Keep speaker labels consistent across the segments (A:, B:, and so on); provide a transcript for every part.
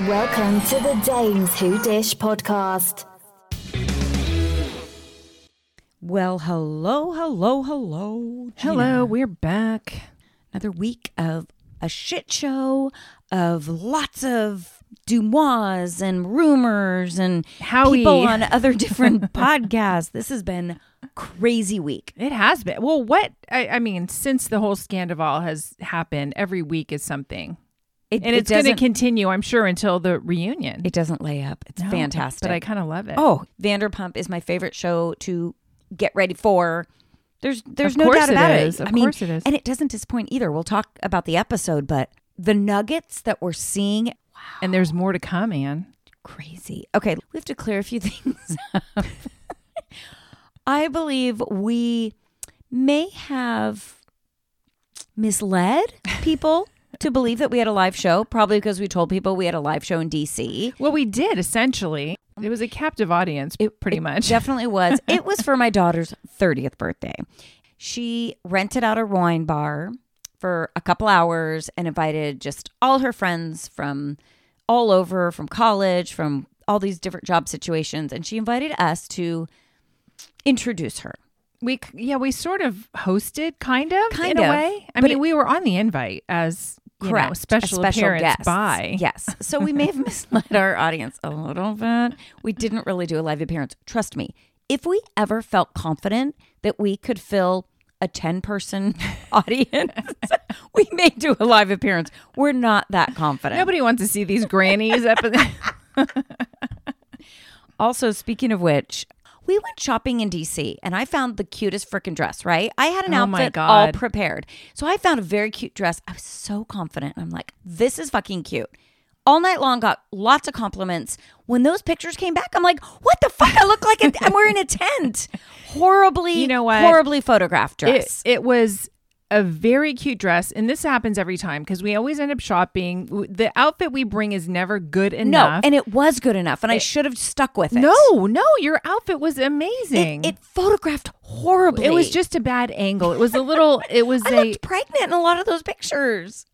A: Welcome to the Dames Who Dish podcast.
B: Well, hello, hello, hello.
C: Hello, we're back.
B: Another week of a shit show of lots of dumois and rumors and
C: Howie.
B: people on other different podcasts. This has been crazy week.
C: It has been. Well, what I, I mean, since the whole Scandival has happened, every week is something.
B: It,
C: And
B: it
C: it's going to
B: doesn't-
C: continue, I'm sure, until the reunion.
B: It doesn't lay up. It's
C: No,
B: fantastic.
C: But I kind of love it.
B: oh, Vanderpump is my favorite show to get ready for. There's there's
C: Of
B: no
C: course
B: doubt
C: it
B: about
C: is.
B: it.
C: Of
B: I mean,
C: course it is.
B: and it doesn't disappoint either. We'll talk about the episode, but the nuggets that we're seeing
C: And there's more to come, Anne.
B: crazy. Okay, we have to clear a few things up. I believe we may have misled people to believe that we had a live show, probably because we told people we had a live show in DC.
C: Well, we did, essentially. It was a captive audience, pretty much.
B: Definitely was. It was for my daughter's 30th birthday. She rented out a wine bar for a couple hours and invited just all her friends from all over, from college, from all these different job situations. And she invited us to introduce her.
C: we, c- yeah, we sort of hosted, kind of,
B: Kind
C: in
B: of,
C: a way. I
B: but
C: mean,
B: it-
C: we were on the invite as you know,
B: Correct.
C: special,
B: A
C: appearance
B: guest.
C: by.
B: Yes. So we may have misled our audience a little bit. We didn't really do a live appearance. Trust me. If we ever felt confident that we could fill a 10 person audience, we may do a live appearance. We're not that confident.
C: Nobody wants to see these grannies up in the-
B: Also, speaking of which, we went shopping in DC and I found the cutest freaking dress, right? I had an
C: Oh my
B: outfit all
C: God.
B: prepared. So I found a very cute dress. I was so confident. I'm like, this is fucking cute. All night long, got lots of compliments. When those pictures came back, I'm like, what the fuck? I look like a, I'm wearing a tent. Horribly,
C: You know what?
B: Horribly photographed dress.
C: It, it was a very cute dress, and this happens every time because we always end up shopping. W- The outfit we bring is never good
B: no,
C: enough.
B: and it was good enough, and I should have stuck with it.
C: no, no, your outfit was amazing.
B: it, it photographed horribly.
C: It was just a bad angle. It was a little. It was
B: I
C: a.
B: looked pregnant in a lot of those pictures.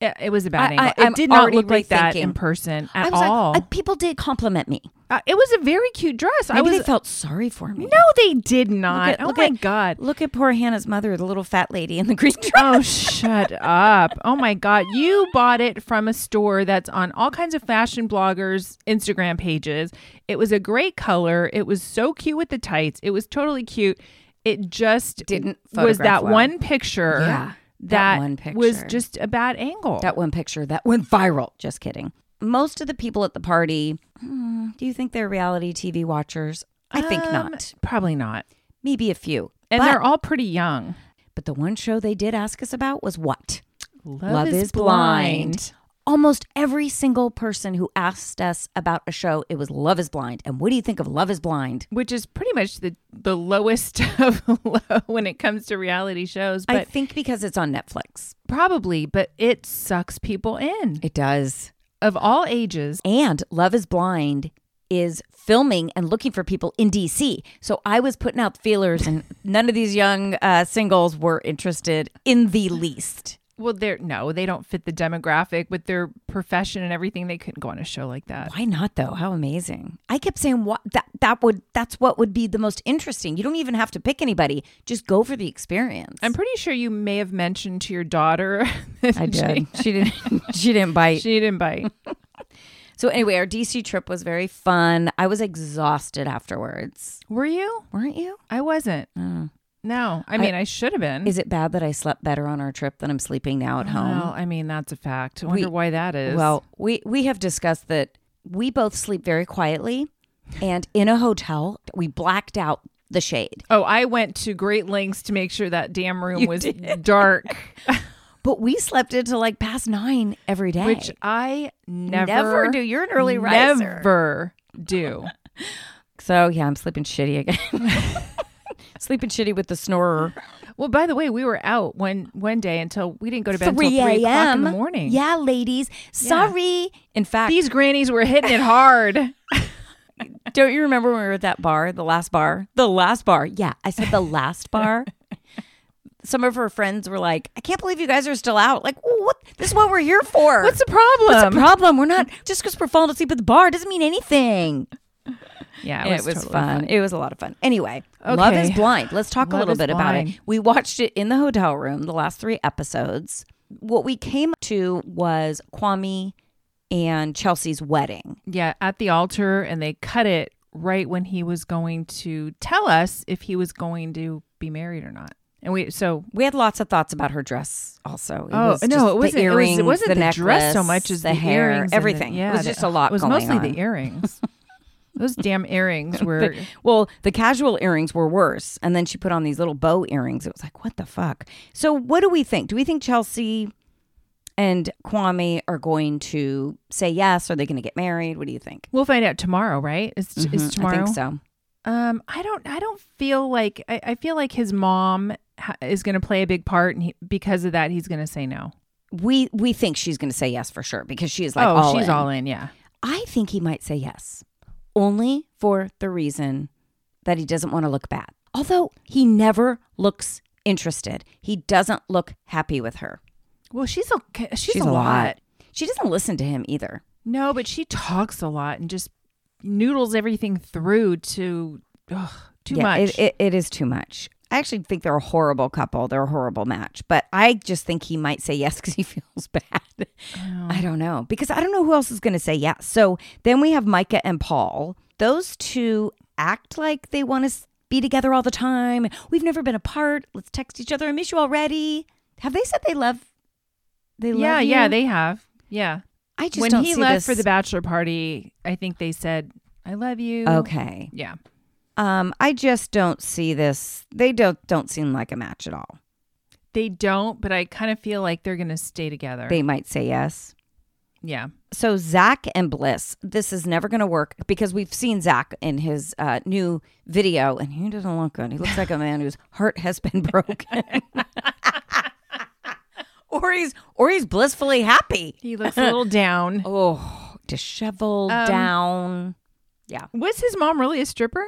C: It it was a
B: I-
C: bad angle.
B: I-
C: it
B: I'm
C: did not
B: already
C: look like that
B: rethinking.
C: in person at
B: I was
C: all.
B: like, I, people did compliment me.
C: Uh, it was a very cute dress. I
B: Maybe
C: was.
B: they felt sorry for me.
C: no, they did not. oh my god.
B: Look at poor Hannah's mother, the little fat lady in the green dress.
C: Oh, shut up. Oh my God. You bought it from a store that's on all kinds of fashion bloggers' Instagram pages. It was a great color. It was so cute with the tights. It was totally cute. It just
B: Didn't photograph
C: was that
B: well.
C: one picture.
B: Yeah, that
C: That,
B: one
C: was
B: picture.
C: just a bad angle.
B: That one picture that went viral. Just kidding. Most of the people at the party, hmm, do you think they're reality TV watchers? I think
C: Um,
B: not.
C: Probably not.
B: Maybe a few.
C: And
B: but,
C: they're all pretty young.
B: but the one show they did ask us about was what?
C: Love,
B: Almost every single person who asked us about a show, it was Love is Blind. And what do you think of Love is Blind?
C: Which is pretty much the, the lowest of low when it comes to reality shows. But
B: I think because it's on Netflix.
C: Probably, but it sucks people in
B: It does.
C: of all ages.
B: And Love is Blind is filming and looking for people in DC. So I was putting out feelers, and none of these young uh, singles were interested in the least.
C: Well, they're no, they don't fit the demographic with their profession and everything. They couldn't go on a show like that.
B: Why not though? How amazing! I kept saying what that that would that's what would be the most interesting. You don't even have to pick anybody; just go for the experience.
C: I'm pretty sure you may have mentioned to your daughter that
B: I did. She didn't. She didn't bite.
C: she, she didn't bite.
B: So anyway, our DC trip was very fun. I was exhausted afterwards.
C: Were you?
B: Weren't you?
C: I wasn't. No, I mean I, should have been.
B: Mm. Is it bad that I slept better on our trip than I'm sleeping now at home?
C: Well, I mean that's a fact. I wonder
B: We-
C: why that is.
B: Well, we we have discussed that we both sleep very quietly, and in a hotel we blacked out the shade.
C: oh, I went to great lengths to make sure that damn room was dark,
B: But we slept until like past nine every day.
C: which I never,
B: Never do. You're an early riser.
C: Never do.
B: so yeah, I'm sleeping shitty again. sleeping shitty with the snorer.
C: Well, by the way, we were out one one day until we didn't go to bed until three o'clock in the morning.
B: Yeah, ladies. Sorry. In fact,
C: These grannies were hitting it hard.
B: Don't you remember when we were at that bar, the last bar? The last bar. Yeah, I said the last bar. some of her friends were like, I can't believe you guys are still out. Like, what? This is what we're here for.
C: What's the problem?
B: What's the problem? We're not just because we're falling asleep at the bar doesn't mean anything.
C: yeah,
B: It was,
C: totally
B: fun. It was a lot of fun. Anyway, Love is
C: Okay.
B: Blind. Let's talk a
C: Love
B: little
C: is
B: bit about
C: Blind.
B: it. We watched it in the hotel room, the last three episodes. What we came to was Kwame and Chelsea's wedding.
C: Yeah, at the altar, and they cut it right when he was going to tell us if he was going to be married or not. And we so
B: We had lots of thoughts about her dress also. It
C: Oh,
B: was
C: no,
B: just
C: it
B: the
C: wasn't- it was- it
B: earrings,
C: wasn't the dress so
B: necklace,
C: much as
B: the,
C: the
B: hair,
C: earrings and the-
B: everything.
C: yeah,
B: it was
C: the-
B: just a lot
C: it was
B: going
C: mostly
B: on.
C: the earrings. Those damn earrings were.
B: Well, the casual earrings were worse. And then she put on these little bow earrings. It was like, what the fuck? So, what do we think? Do we think Chelsea and Kwame are going to say yes? Are they going to get married? What do you think?
C: We'll find out tomorrow, right? It's,
B: Mhm,
C: it's tomorrow.
B: I think so.
C: Um, I don't. I don't feel like. I, I feel like his mom ha- is going to play a big part, and he, because of that, he's going to say no.
B: We we think she's going to say yes for sure because she is like
C: oh,
B: all
C: she's
B: in.
C: all in. Yeah.
B: I think he might say yes, only for the reason that he doesn't want to look bad. Although he never looks interested, he doesn't look happy with her.
C: Well, she's a she's,
B: She's
C: a, lot.
B: She doesn't listen to him either.
C: No, but she talks a lot and just noodles everything through to ugh, too
B: yeah,
C: much.
B: It, it, it is too much. I actually think they're a horrible couple. They're a horrible match. But I just think he might say yes because he feels bad.
C: Oh.
B: I don't know. Because I don't know who else is going to say yes. So then we have Micah and Paul. Those two act like they want to be together all the time. We've never been apart. Let's text each other. I miss you already. Have they said they love? They love
C: yeah, yeah,
B: you?
C: they have. Yeah.
B: I just
C: when
B: don't
C: he
B: see
C: left
B: this-
C: for the bachelor party, I think they said, "I love you."
B: Okay.
C: Yeah.
B: Um, I just don't see this. They don't don't seem like a match at all.
C: They don't, but I kind of feel like they're going to stay together.
B: They might say yes.
C: yeah.
B: So Zach and Bliss, this is never going to work because we've seen Zach in his uh, new video, and he doesn't look good. He looks like a man whose heart has been broken, or he's or he's blissfully happy.
C: He looks a little down.
B: Oh, disheveled,
C: Um,
B: down.
C: Was his mom really a stripper?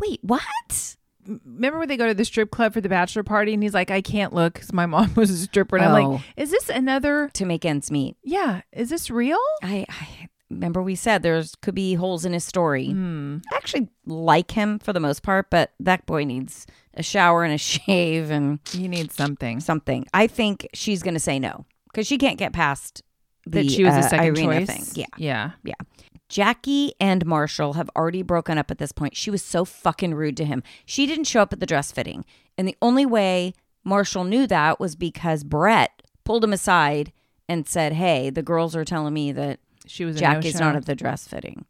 B: Wait, what?
C: Remember when they go to the strip club for the bachelor party and he's like, I can't look because my mom was a stripper. And I'm
B: Oh.
C: like, is this another?
B: To make ends meet,
C: Yeah. Is this real?
B: I, I remember we said there's could be holes in his story. I actually like him for the most part, but that boy needs a shower and a shave and
C: You need something.
B: something. I think she's going to say no because she can't get past the,
C: that she was
B: uh,
C: a second
B: Irina
C: choice.
B: thing. Yeah.
C: Yeah.
B: Jackie and Marshall have already broken up at this point. She was so fucking rude to him. She didn't show up at the dress fitting. And the only way Marshall knew that was because Brett pulled him aside and said, Hey, the girls are telling me that
C: She was a
B: Jackie's
C: no-show.
B: not at the dress fitting.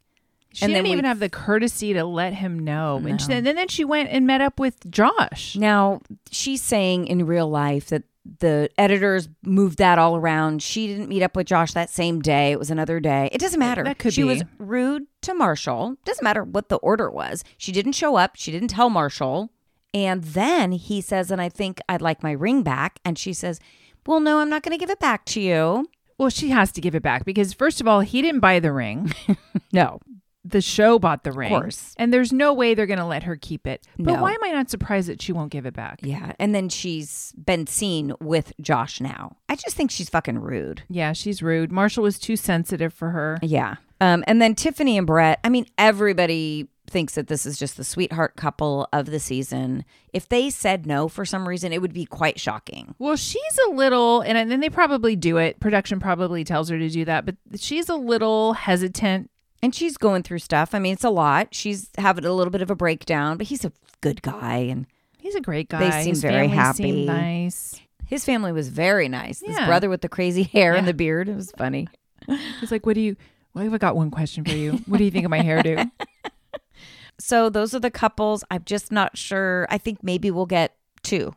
C: She
B: and then
C: didn't even
B: we-
C: have the courtesy to let him know. And, she, and then she went and met up with Josh.
B: Now, she's saying in real life that the editors moved that all around. She didn't meet up with Josh that same day. It was another day. It doesn't matter.
C: That could
B: she
C: be.
B: was rude to Marshall. Doesn't matter what the order was. She didn't show up. She didn't tell Marshall. And then he says, and I think I'd like my ring back. And she says, Well, no, I'm not going to give it back to you.
C: Well, she has to give it back because, first of all, he didn't buy the ring.
B: No.
C: the show bought the ring.
B: course.
C: And there's no way they're going to let her keep it. But
B: No.
C: why am I not surprised that she won't give it back?
B: Yeah. And then she's been seen with Josh now. I just think she's fucking rude.
C: Yeah, she's rude. Marshall was too sensitive for her.
B: Yeah. Um, and then Tiffany and Brett, I mean, everybody thinks that this is just the sweetheart couple of the season. If they said no for some reason, it would be quite shocking.
C: Well, she's a little, and then they probably do it. Production probably tells her to do that, but she's a little hesitant.
B: And she's going through stuff. I mean, it's a lot. She's having a little bit of a breakdown, but he's a good guy. And
C: He's a great guy.
B: They seem
C: His
B: very
C: family
B: happy.
C: seemed nice.
B: his family was very nice. His
C: Yeah.
B: brother with the crazy hair and
C: Yeah.
B: the beard, it was funny.
C: He's like, "What do you? Well, I've got one question for you. What do you think of my hairdo?"
B: So those are the couples. I'm just not sure. I think maybe we'll get two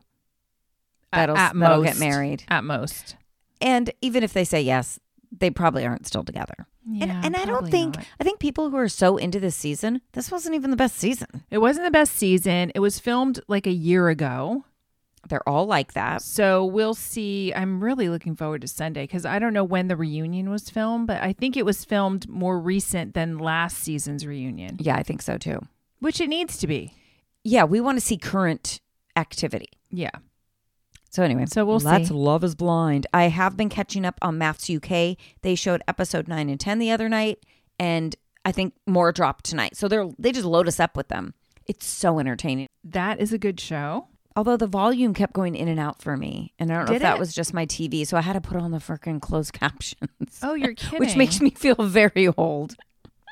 B: that'll,
C: at
B: that'll get
C: most.
B: married.
C: At most,
B: And even if they say yes, they probably aren't still together.
C: Yeah,
B: and and I don't
C: probably
B: think
C: not.
B: I think people who are so into this season, this wasn't even the best season.
C: it wasn't the best season. It was filmed like a year ago,
B: They're all like that.
C: so we'll see. I'm really looking forward to Sunday because I don't know when the reunion was filmed, but I think it was filmed more recent than last season's reunion,
B: Yeah, I think so too.
C: which it needs to be.
B: Yeah, we want to see current activity.
C: Yeah.
B: So anyway,
C: So we'll
B: that's
C: see.
B: Love is Blind. I have been catching up on Maths UK. They showed episode nine and ten the other night, and I think more dropped tonight. So they're they just load us up with them. It's so entertaining.
C: That is a good show.
B: Although the volume kept going in and out for me, and I don't know if
C: Did
B: that
C: it?
B: was just my TV, so I had to put on the freaking closed captions,
C: Oh, you're kidding.
B: which makes me feel very old.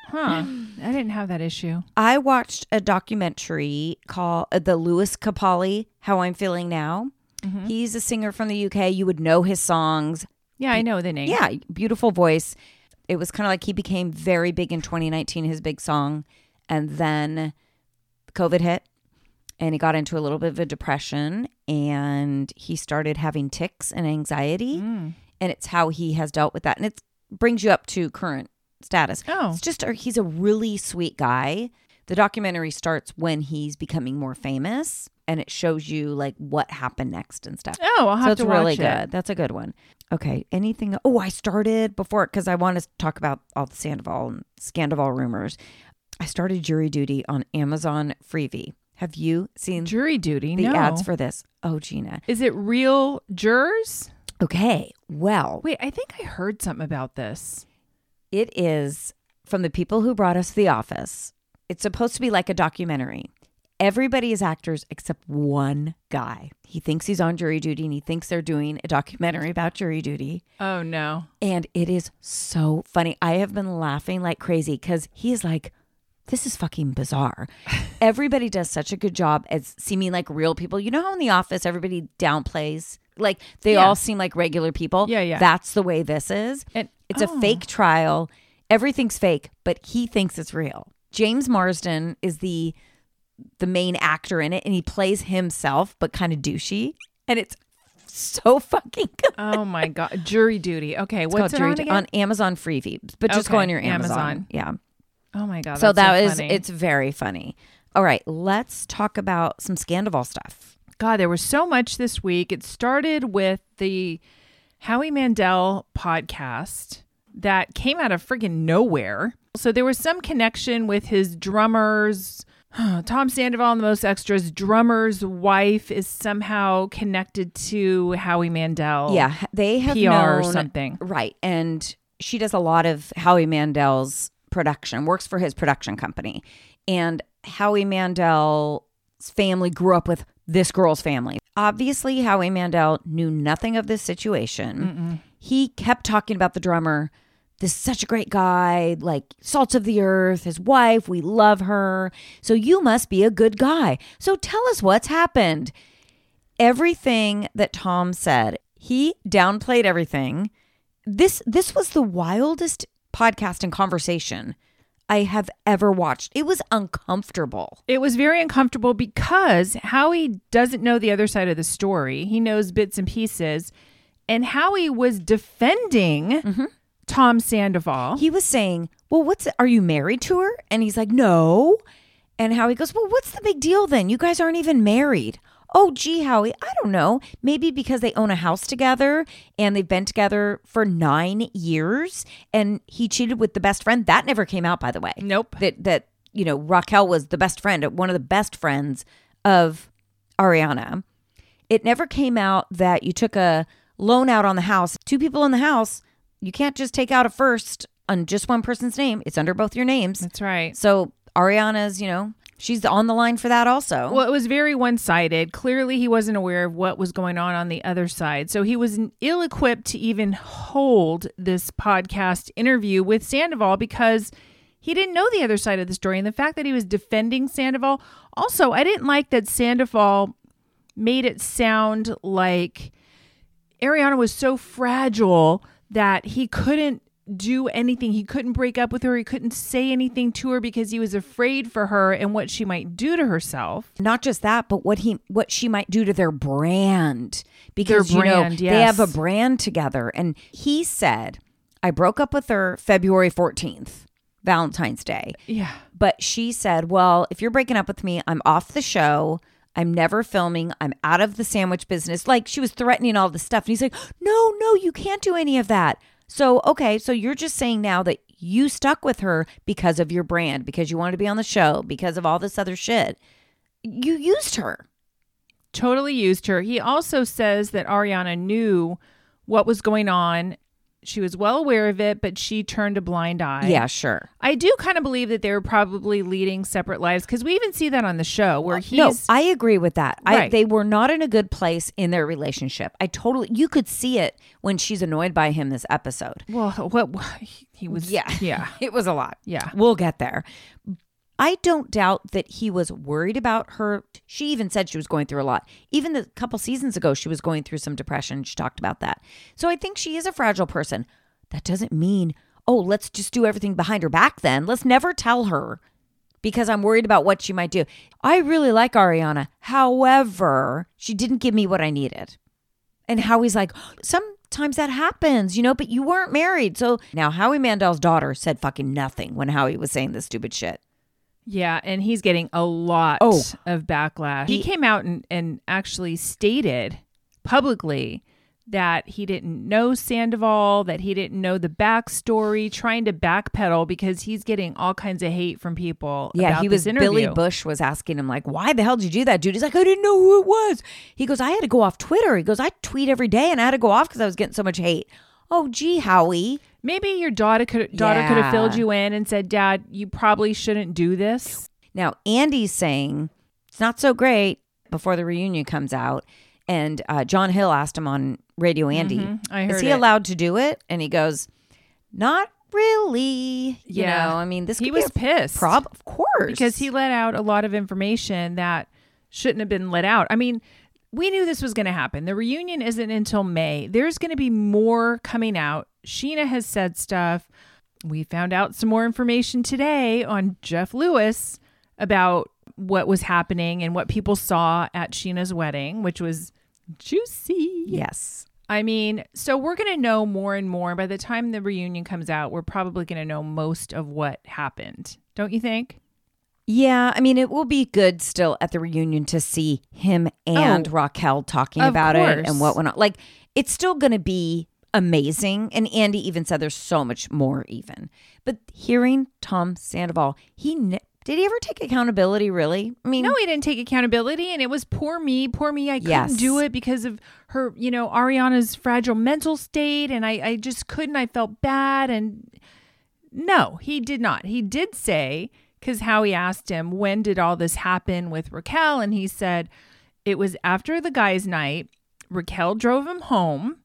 C: huh? I didn't have that issue.
B: I watched a documentary called uh, The Lewis Capaldi How I'm Feeling Now.
C: Mm-hmm.
B: He's a singer from the UK. You would know his songs.
C: Yeah, I know the name.
B: Yeah, beautiful voice. It was kind of like he became very big in 2019, his big song. And then COVID hit and he got into a little bit of a depression and he started having tics and anxiety. And it's how he has dealt with that. And it brings you up to current status.
C: Oh.
B: It's just, a- he's a really sweet guy. The documentary starts when he's becoming more famous and it shows you like what happened next and stuff
C: Oh, I'll have
B: so it's
C: to watch
B: really
C: it.
B: good. That's a good one. Okay. Anything? Oh, I started before because I want to talk about all the Sandoval and Scandoval rumors. I started jury duty on Amazon Freebie. Have you seen
C: Jury duty.
B: the
C: no.
B: ads for this? Oh, Gina.
C: Is it real jurors?
B: Okay. Well,
C: Wait, I think I heard something about this.
B: it is from the people who brought us The Office. It's supposed to be like a documentary. Everybody is actors except one guy. He thinks he's on jury duty and he thinks they're doing a documentary about jury duty.
C: Oh no.
B: And it is so funny. I have been laughing like crazy because he is like, this is fucking bizarre. everybody does such a good job at seeming like real people. You know how in the office everybody downplays, like they
C: Yeah.
B: all seem like regular people?
C: Yeah, yeah.
B: That's the way this is.
C: And-
B: it's
C: oh.
B: a fake trial. Everything's fake, but he thinks it's real. James Marsden is the the main actor in it and he plays himself but kind of douchey and it's so fucking good.
C: Oh my god. Jury duty. Okay,
B: It's
C: what's it
B: called
C: on
B: Jury Duty
C: again?
B: Amazon Freebie, but just go
C: Okay,
B: on your Amazon.
C: Amazon.
B: Yeah.
C: oh my god.
B: so that is
C: funny.
B: it's very funny. All right, let's talk about some Scandival stuff.
C: God, there was so much this week. It started with the Howie Mandel podcast that came out of friggin' nowhere. So there was some connection with his drummers. Tom Sandoval and the Most Extras drummer's wife is somehow connected to Howie Mandel.
B: Yeah, they have
C: PR or
B: known-
C: Oh, something.
B: right? And she does a lot of Howie Mandel's production, works for his production company, and Howie Mandel's family grew up with this girl's family. Obviously, Howie Mandel knew nothing of this situation. He kept talking about the drummer. This is such a great guy, like salt of the earth, his wife, we love her. So you must be a good guy. So tell us what's happened everything that Tom said. He downplayed everything. This this was the wildest podcast and conversation I have ever watched. It was uncomfortable.
C: It was very uncomfortable because Howie doesn't know the other side of the story. He knows bits and pieces. And Howie was defending Tom Sandoval.
B: Mm-hmm. He was saying, "Well, what's are you married to her?" And he's like, "No." And Howie goes, "Well, what's the big deal then? You guys aren't even married." Oh, gee, Howie, I don't know. Maybe because they own a house together and they've been together for nine years, and he cheated with the best friend. That never came out, by the way.
C: nope.
B: that that you know Raquel was the best friend, one of the best friends of Ariana. It never came out that you took a loan out on the house. Two people in the house, you can't just take out a first on just one person's name. It's under both your names.
C: That's right.
B: So Ariana's, you know, she's on the line for that also.
C: Well, it was very one sided. Clearly, he wasn't aware of what was going on on the other side. So he was ill equipped to even hold this podcast interview with Sandoval because he didn't know the other side of the story. And the fact that he was defending Sandoval. Also, I didn't like that Sandoval made it sound like Ariana was so fragile that he couldn't do anything. He couldn't break up with her. He couldn't say anything to her because he was afraid for her and what she might do to herself.
B: not just that, but what he what she might do to their brand because
C: Their
B: you know
C: brand,
B: they have a
C: yes.
B: brand together. And he said, "I broke up with her February fourteenth, Valentine's Day."
C: Yeah.
B: But she said, Well, if you're breaking up with me, I'm off the show. I'm never filming. I'm out of the sandwich business. Like she was threatening all this stuff. And he's like, No, no, you can't do any of that. So, okay, so you're just saying now that you stuck with her because of your brand, because you wanted to be on the show, because of all this other shit. You used her.
C: totally used her. He also says that Ariana knew what was going on. She was well aware of it, but she turned a blind eye.
B: yeah, sure.
C: I do kind of believe that they were probably leading separate lives because we even see that on the show where he's
B: Uh, no, I agree with that. I,
C: Right.
B: they were not in a good place in their relationship. I totally, you could see it when she's annoyed by him this episode.
C: well, what, what he was.
B: Yeah.
C: yeah,
B: It was a lot.
C: yeah.
B: We'll get there. I don't doubt that he was worried about her. She even said she was going through a lot. Even a couple seasons ago, she was going through some depression. She talked about that. So I think she is a fragile person. That doesn't mean, oh, let's just do everything behind her back then. Let's never tell her because I'm worried about what she might do. I really like Ariana. However, she didn't give me what I needed and Howie's like, sometimes that happens, you know, but you weren't married. So now Howie Mandel's daughter said fucking nothing when Howie was saying this stupid shit.
C: Yeah, and he's getting a lot
B: Oh.
C: of backlash. He came out and, and actually stated publicly that he didn't know Sandoval, that he didn't know the backstory, trying to backpedal because he's getting all kinds of hate from people.
B: Yeah,
C: about
B: he was
C: this interview.
B: Billy Bush was asking him like, "Why the hell did you do that, dude?" He's like, "I didn't know who it was." He goes, "I had to go off Twitter." He goes, "I tweet every day and I had to go off cuz I was getting so much hate." Oh, gee, Howie.
C: Maybe your daughter could daughter could
B: Yeah.
C: have filled you in and said, "Dad, you probably shouldn't do this."
B: Now, Andy's saying it's not so great before the reunion comes out. And uh, John Hill asked him on Radio Andy,
C: I
B: Is
C: heard
B: he
C: it.
B: allowed to do it? And he goes, Not really. You
C: Yeah.
B: know, I mean, this
C: He
B: could be
C: was
B: a
C: pissed.
B: prob- of course.
C: because he let out a lot of information that shouldn't have been let out. I mean, we knew this was going to happen. The reunion isn't until May. There's going to be more coming out. Sheena has said stuff. We found out some more information today on Jeff Lewis about what was happening and what people saw at Sheena's wedding, which was juicy.
B: Yes.
C: I mean, so we're going to know more and more. By the time the reunion comes out, we're probably going to know most of what happened. Don't you think?
B: Yeah. I mean, it will be good still at the reunion to see him and
C: Oh,
B: Raquel talking
C: of
B: about it and
C: course.
B: what went on. Like, it's still going to be amazing. And Andy even said there's so much more, even. But hearing Tom Sandoval, he. Ne- did he ever take accountability really? I mean,
C: No, he didn't take accountability, and it was poor me, poor me. I couldn't
B: Yes.
C: do it because of her, you know, Ariana's fragile mental state, and I, I just couldn't. I felt bad, and no, he did not. He did say because Howie asked him when did all this happen with Raquel, and he said it was after the guys' night. Raquel drove him home,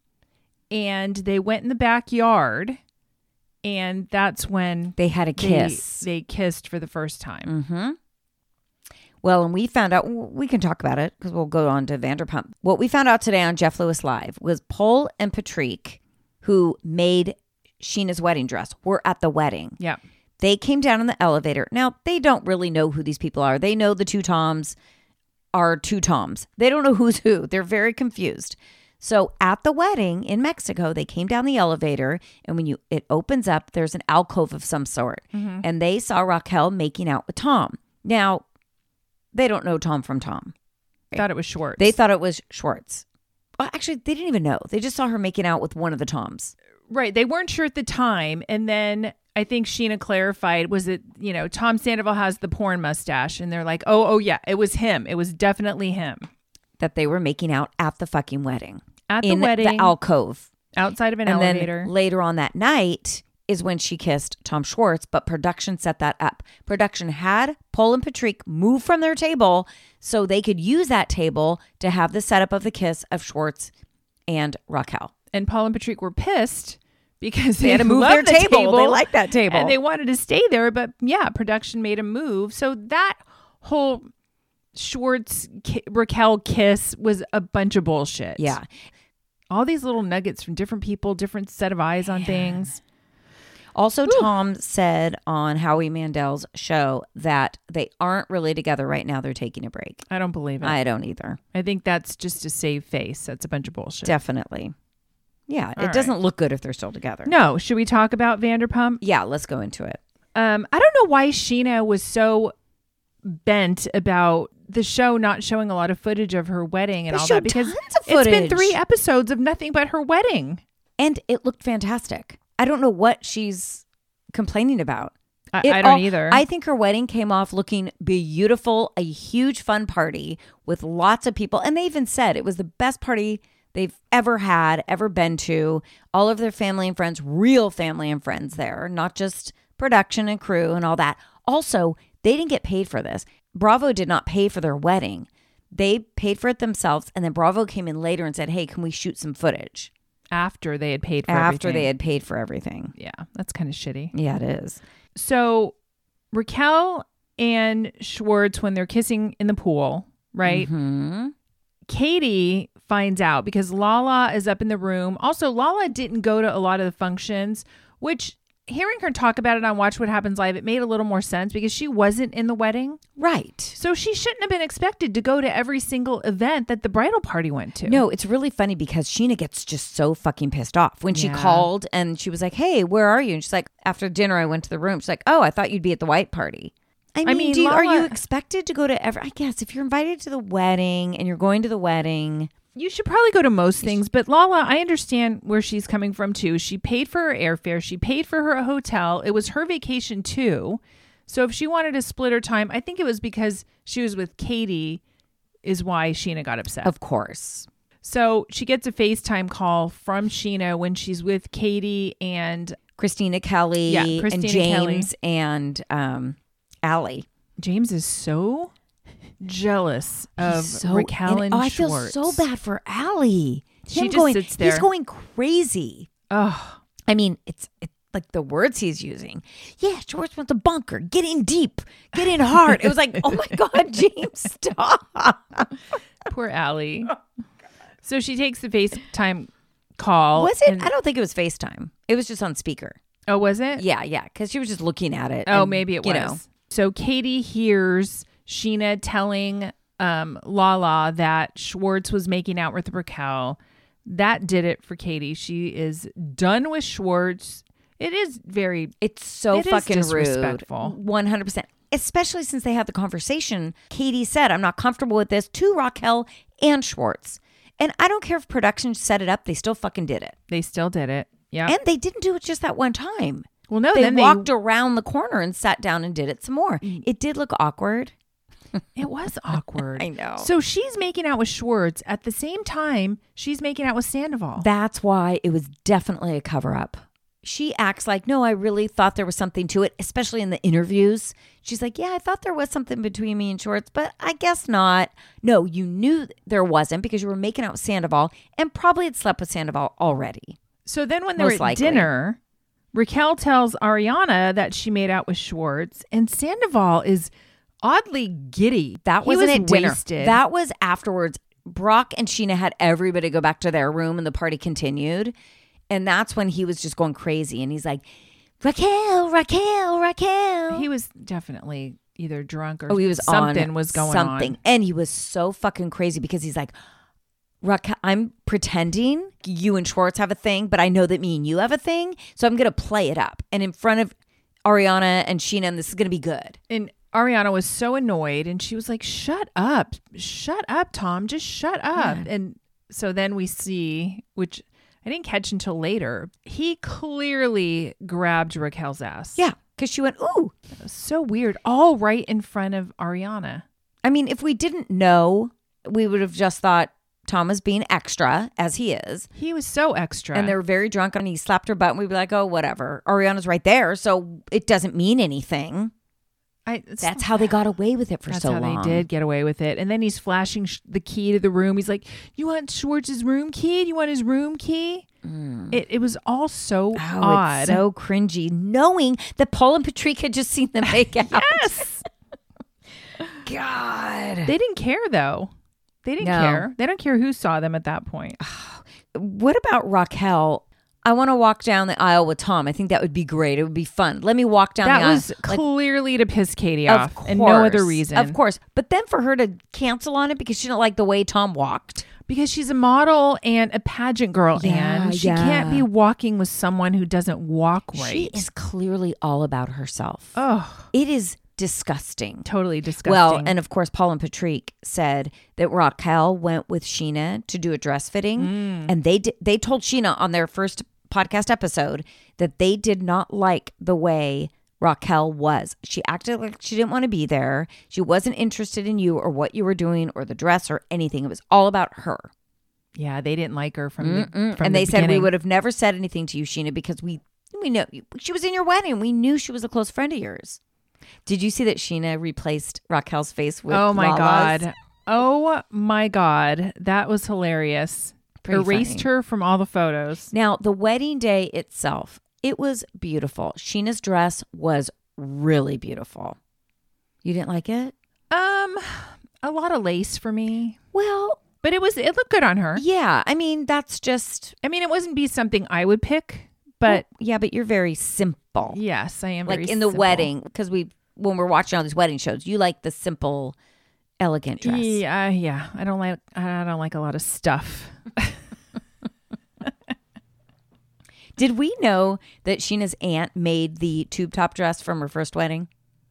C: and they went in the backyard, and that's when
B: they had a
C: they-
B: kiss.
C: They, kissed for the first time.
B: hmm Well, and we found out, we can talk about it because we'll go on to Vanderpump. What we found out today on Jeff Lewis Live was Paul and Patrick, who made Sheena's wedding dress, were at the wedding.
C: Yeah.
B: They came down in the elevator. Now, they don't really know who these people are. They know the two Toms are two Toms. They don't know who's who. They're very confused. So at the wedding in Mexico, they came down the elevator, and when you it opens up, there's an alcove of some sort,
C: Mm-hmm.
B: and they saw Raquel making out with Tom. Now, they don't know Tom from Tom.
C: Thought it was short.
B: They thought it was Schwartz. Well, actually, they didn't even know. They just saw her making out with one of the Toms.
C: Right. They weren't sure at the time. And then I think Sheena clarified was it, you know, Tom Sandoval has the porn mustache. And they're like, oh, oh, yeah, it was him. It was definitely him
B: That they were making out at the fucking wedding.
C: at the
B: in
C: wedding
B: the alcove.
C: outside of an
B: and
C: elevator.
B: then later on that night is when she kissed Tom Schwartz, but production set that up. Production had Paul and Patrick move from their table so they could use that table to have the setup of the kiss of Schwartz and Raquel.
C: and Paul and Patrick were pissed because they,
B: had to move
C: loved
B: their
C: the
B: table. They liked that table.
C: And they wanted to stay there. But yeah, production made a move. So that whole Schwartz ki- Raquel kiss was a bunch of bullshit.
B: Yeah.
C: All these little nuggets from different people, different set of eyes on things.
B: Also, Tom said on Howie Mandel's show that they aren't really together right now. They're taking a break.
C: I don't believe it.
B: I don't either.
C: I think that's just to save face. That's a bunch of bullshit.
B: Definitely. Yeah. it
C: All right.
B: doesn't look good if they're still together.
C: no, should we talk about Vanderpump?
B: Yeah. Let's go into it.
C: Um, I don't know why Sheena was so bent about the show not showing a lot of footage of her wedding and
B: They
C: all
B: showed
C: that because
B: tons of
C: it's
B: footage.
C: been three episodes of nothing but her wedding.
B: and it looked fantastic. I don't know what she's complaining about.
C: I,
B: It
C: I don't
B: all-
C: either.
B: I think her wedding came off looking beautiful, a huge fun party with lots of people. And they even said it was the best party they've ever had, ever been to. All of their family and friends, real family and friends there, not just production and crew and all that. Also, they didn't get paid for this. Bravo did not pay for their wedding. They paid for it themselves. And then Bravo came in later and said, Hey, can we shoot some footage?
C: after they had paid for
B: After
C: everything.
B: they had paid for everything.
C: yeah, that's kind of shitty.
B: Yeah, it is.
C: So Raquel and Schwartz, when they're kissing in the pool, right?
B: Hmm.
C: Katie finds out because Lala is up in the room. Also, Lala didn't go to a lot of the functions, which hearing her talk about it on Watch What Happens Live, it made a little more sense because she wasn't in the wedding.
B: Right.
C: So she shouldn't have been expected to go to every single event that the bridal party went to.
B: No, it's really funny because Sheena gets just so fucking pissed off when she
C: Yeah.
B: called and she was like, "Hey, where are you?" And she's like, "After dinner, I went to the room." She's like, "Oh, I thought you'd be at the white party." I mean,
C: mean,
B: do you, are you
C: Lala-
B: expected to go to every? I guess if you're invited to the wedding and you're going to the wedding,
C: You should probably go to most things, but Lala, I understand where she's coming from too. She paid for her airfare, she paid for her hotel. It was her vacation too. So if she wanted to split her time, I think it was because she was with Katie, is why Sheena got upset.
B: of course,
C: So she gets a FaceTime call from Sheena when she's with Katie and
B: Christina Kelly
C: Yeah, Christina
B: and
C: Kelly.
B: James and um, Allie.
C: James is so jealous of Raquel
B: and-
C: and
B: oh, I feel
C: Schwartz.
B: so bad for Allie.
C: She
B: Him
C: just
B: going,
C: sits
B: He's
C: there.
B: going crazy.
C: Ugh.
B: I mean, it's it, like the words he's using. Yeah, Schwartz wants a bunker. Get in deep. Get in hard. It was like, oh my God, James, stop.
C: Poor Allie.
B: Oh,
C: so she takes the FaceTime call.
B: Was it?
C: and-
B: I don't think it was FaceTime. It was just on speaker.
C: oh, was it?
B: Yeah, yeah, because she was just looking at it.
C: Oh,
B: and,
C: maybe it
B: you
C: was.
B: know.
C: So Katie hears Sheena telling um, Lala that Schwartz was making out with Raquel. That did it for Katie. She is done with Schwartz. It is very
B: It's so
C: It is
B: fucking
C: disrespectful.
B: rude. One hundred percent. Especially since they had the conversation. Katie said, "I'm not comfortable with this." To Raquel and Schwartz, and I don't care if production set it up; they still fucking did it,
C: they still did it. Yeah.
B: and they didn't do it just that one time.
C: well, no,
B: they
C: Oh, then Mm.
B: walked around the corner and sat down and did it some more. It did look awkward.
C: It was awkward.
B: I know.
C: So she's making out with Schwartz at the same time she's making out with Sandoval.
B: That's why it was definitely a cover up. She acts like, no, I really thought there was something to it, especially in the interviews. She's like, yeah, I thought there was something between me and Schwartz, but I guess not. No, you knew there wasn't because you were making out with Sandoval and probably had slept with Sandoval already.
C: so then when they
B: Most
C: were at
B: likely.
C: dinner, Raquel tells Ariana that she made out with Schwartz, and Sandoval is oddly giddy.
B: That
C: He
B: wasn't
C: was
B: at dinner.
C: wasted.
B: That was afterwards. Brock and Sheena had everybody go back to their room and the party continued. And that's when he was just going crazy. And he's like, Raquel, Raquel, Raquel.
C: he was definitely either drunk or
B: oh, he was
C: something
B: on
C: was going
B: something.
C: on.
B: And he was so fucking crazy because he's like, Raquel, I'm pretending you and Schwartz have a thing, but I know that me and you have a thing. So I'm going to play it up. And in front of Ariana and Sheena, and this is going to be good.
C: And Ariana was so annoyed, and she was like, "Shut up, shut up, Tom, just shut up." And so then we see, which I didn't catch until later, he clearly grabbed Raquel's ass.
B: Yeah. Because she went, ooh.
C: so weird. All right in front of Ariana.
B: I mean, if we didn't know, we would have just thought Tom was being extra, as he is.
C: He was so extra.
B: And they were very drunk, and he slapped her butt, and we'd be like, oh, whatever. Ariana's right there, so it doesn't mean anything.
C: I, it's-
B: That's how they got away with it for
C: That's
B: so
C: how
B: long.
C: they did get away with it. And then he's flashing sh- the key to the room. He's like, "You want Schwartz's room key? Do you want his room key?" It, it was all so
B: Mm. Oh,
C: odd.
B: it's so cringy, knowing that Paul and Patrick had just seen them make out.
C: yes.
B: God.
C: They didn't care though. They didn't
B: No. Oh,
C: care. They don't care who saw them at that point.
B: What about Raquel? I want to walk down the aisle with Tom. I think that would be great. It would be fun. Let me walk down the
C: That
B: aisle.
C: was
B: Like,
C: clearly to piss Katie
B: Of
C: off
B: course.
C: and no other reason.
B: Of course. But then for her to cancel on it because she didn't like the way Tom walked.
C: Because she's a model and a pageant girl
B: Yeah,
C: and she
B: yeah.
C: can't be walking with someone who doesn't walk right.
B: She is clearly all about herself.
C: oh,
B: It is disgusting.
C: totally disgusting.
B: Well, and of course, Paul and Patrick said that Raquel went with Sheena to do a dress fitting,
C: Mm.
B: and they did, they told Sheena on their first podcast episode that they did not like the way Raquel was. She acted like she didn't want to be there. She wasn't interested in you or what you were doing or the dress or anything. It was all about her.
C: Yeah, they didn't like her from the
B: Mm-mm.
C: from
B: and
C: the
B: they said we
C: beginning.
B: would have never said anything to you, Sheena, because we we know she was in your wedding. We knew she was a close friend of yours. Did you see that Sheena replaced Raquel's face with?
C: Oh my
B: Lala's?
C: god. Oh my god. That was hilarious.
B: Pretty
C: Erased
B: funny.
C: her from all the photos.
B: Now the wedding day itself, it was beautiful. Sheena's dress was really beautiful. You didn't like it?
C: Um a lot of lace for me.
B: Well,
C: But it was it looked good on her.
B: yeah. I mean, that's just.
C: I mean, it wouldn't be something I would pick, but
B: yeah, but you're very simple.
C: yes, I am
B: like
C: very
B: in the
C: simple.
B: wedding because we when we're watching all these wedding shows, you like the simple, elegant dress.
C: Yeah, yeah. I don't like I don't like a lot of stuff.
B: Did we know that Sheena's aunt made the tube top dress from her first wedding?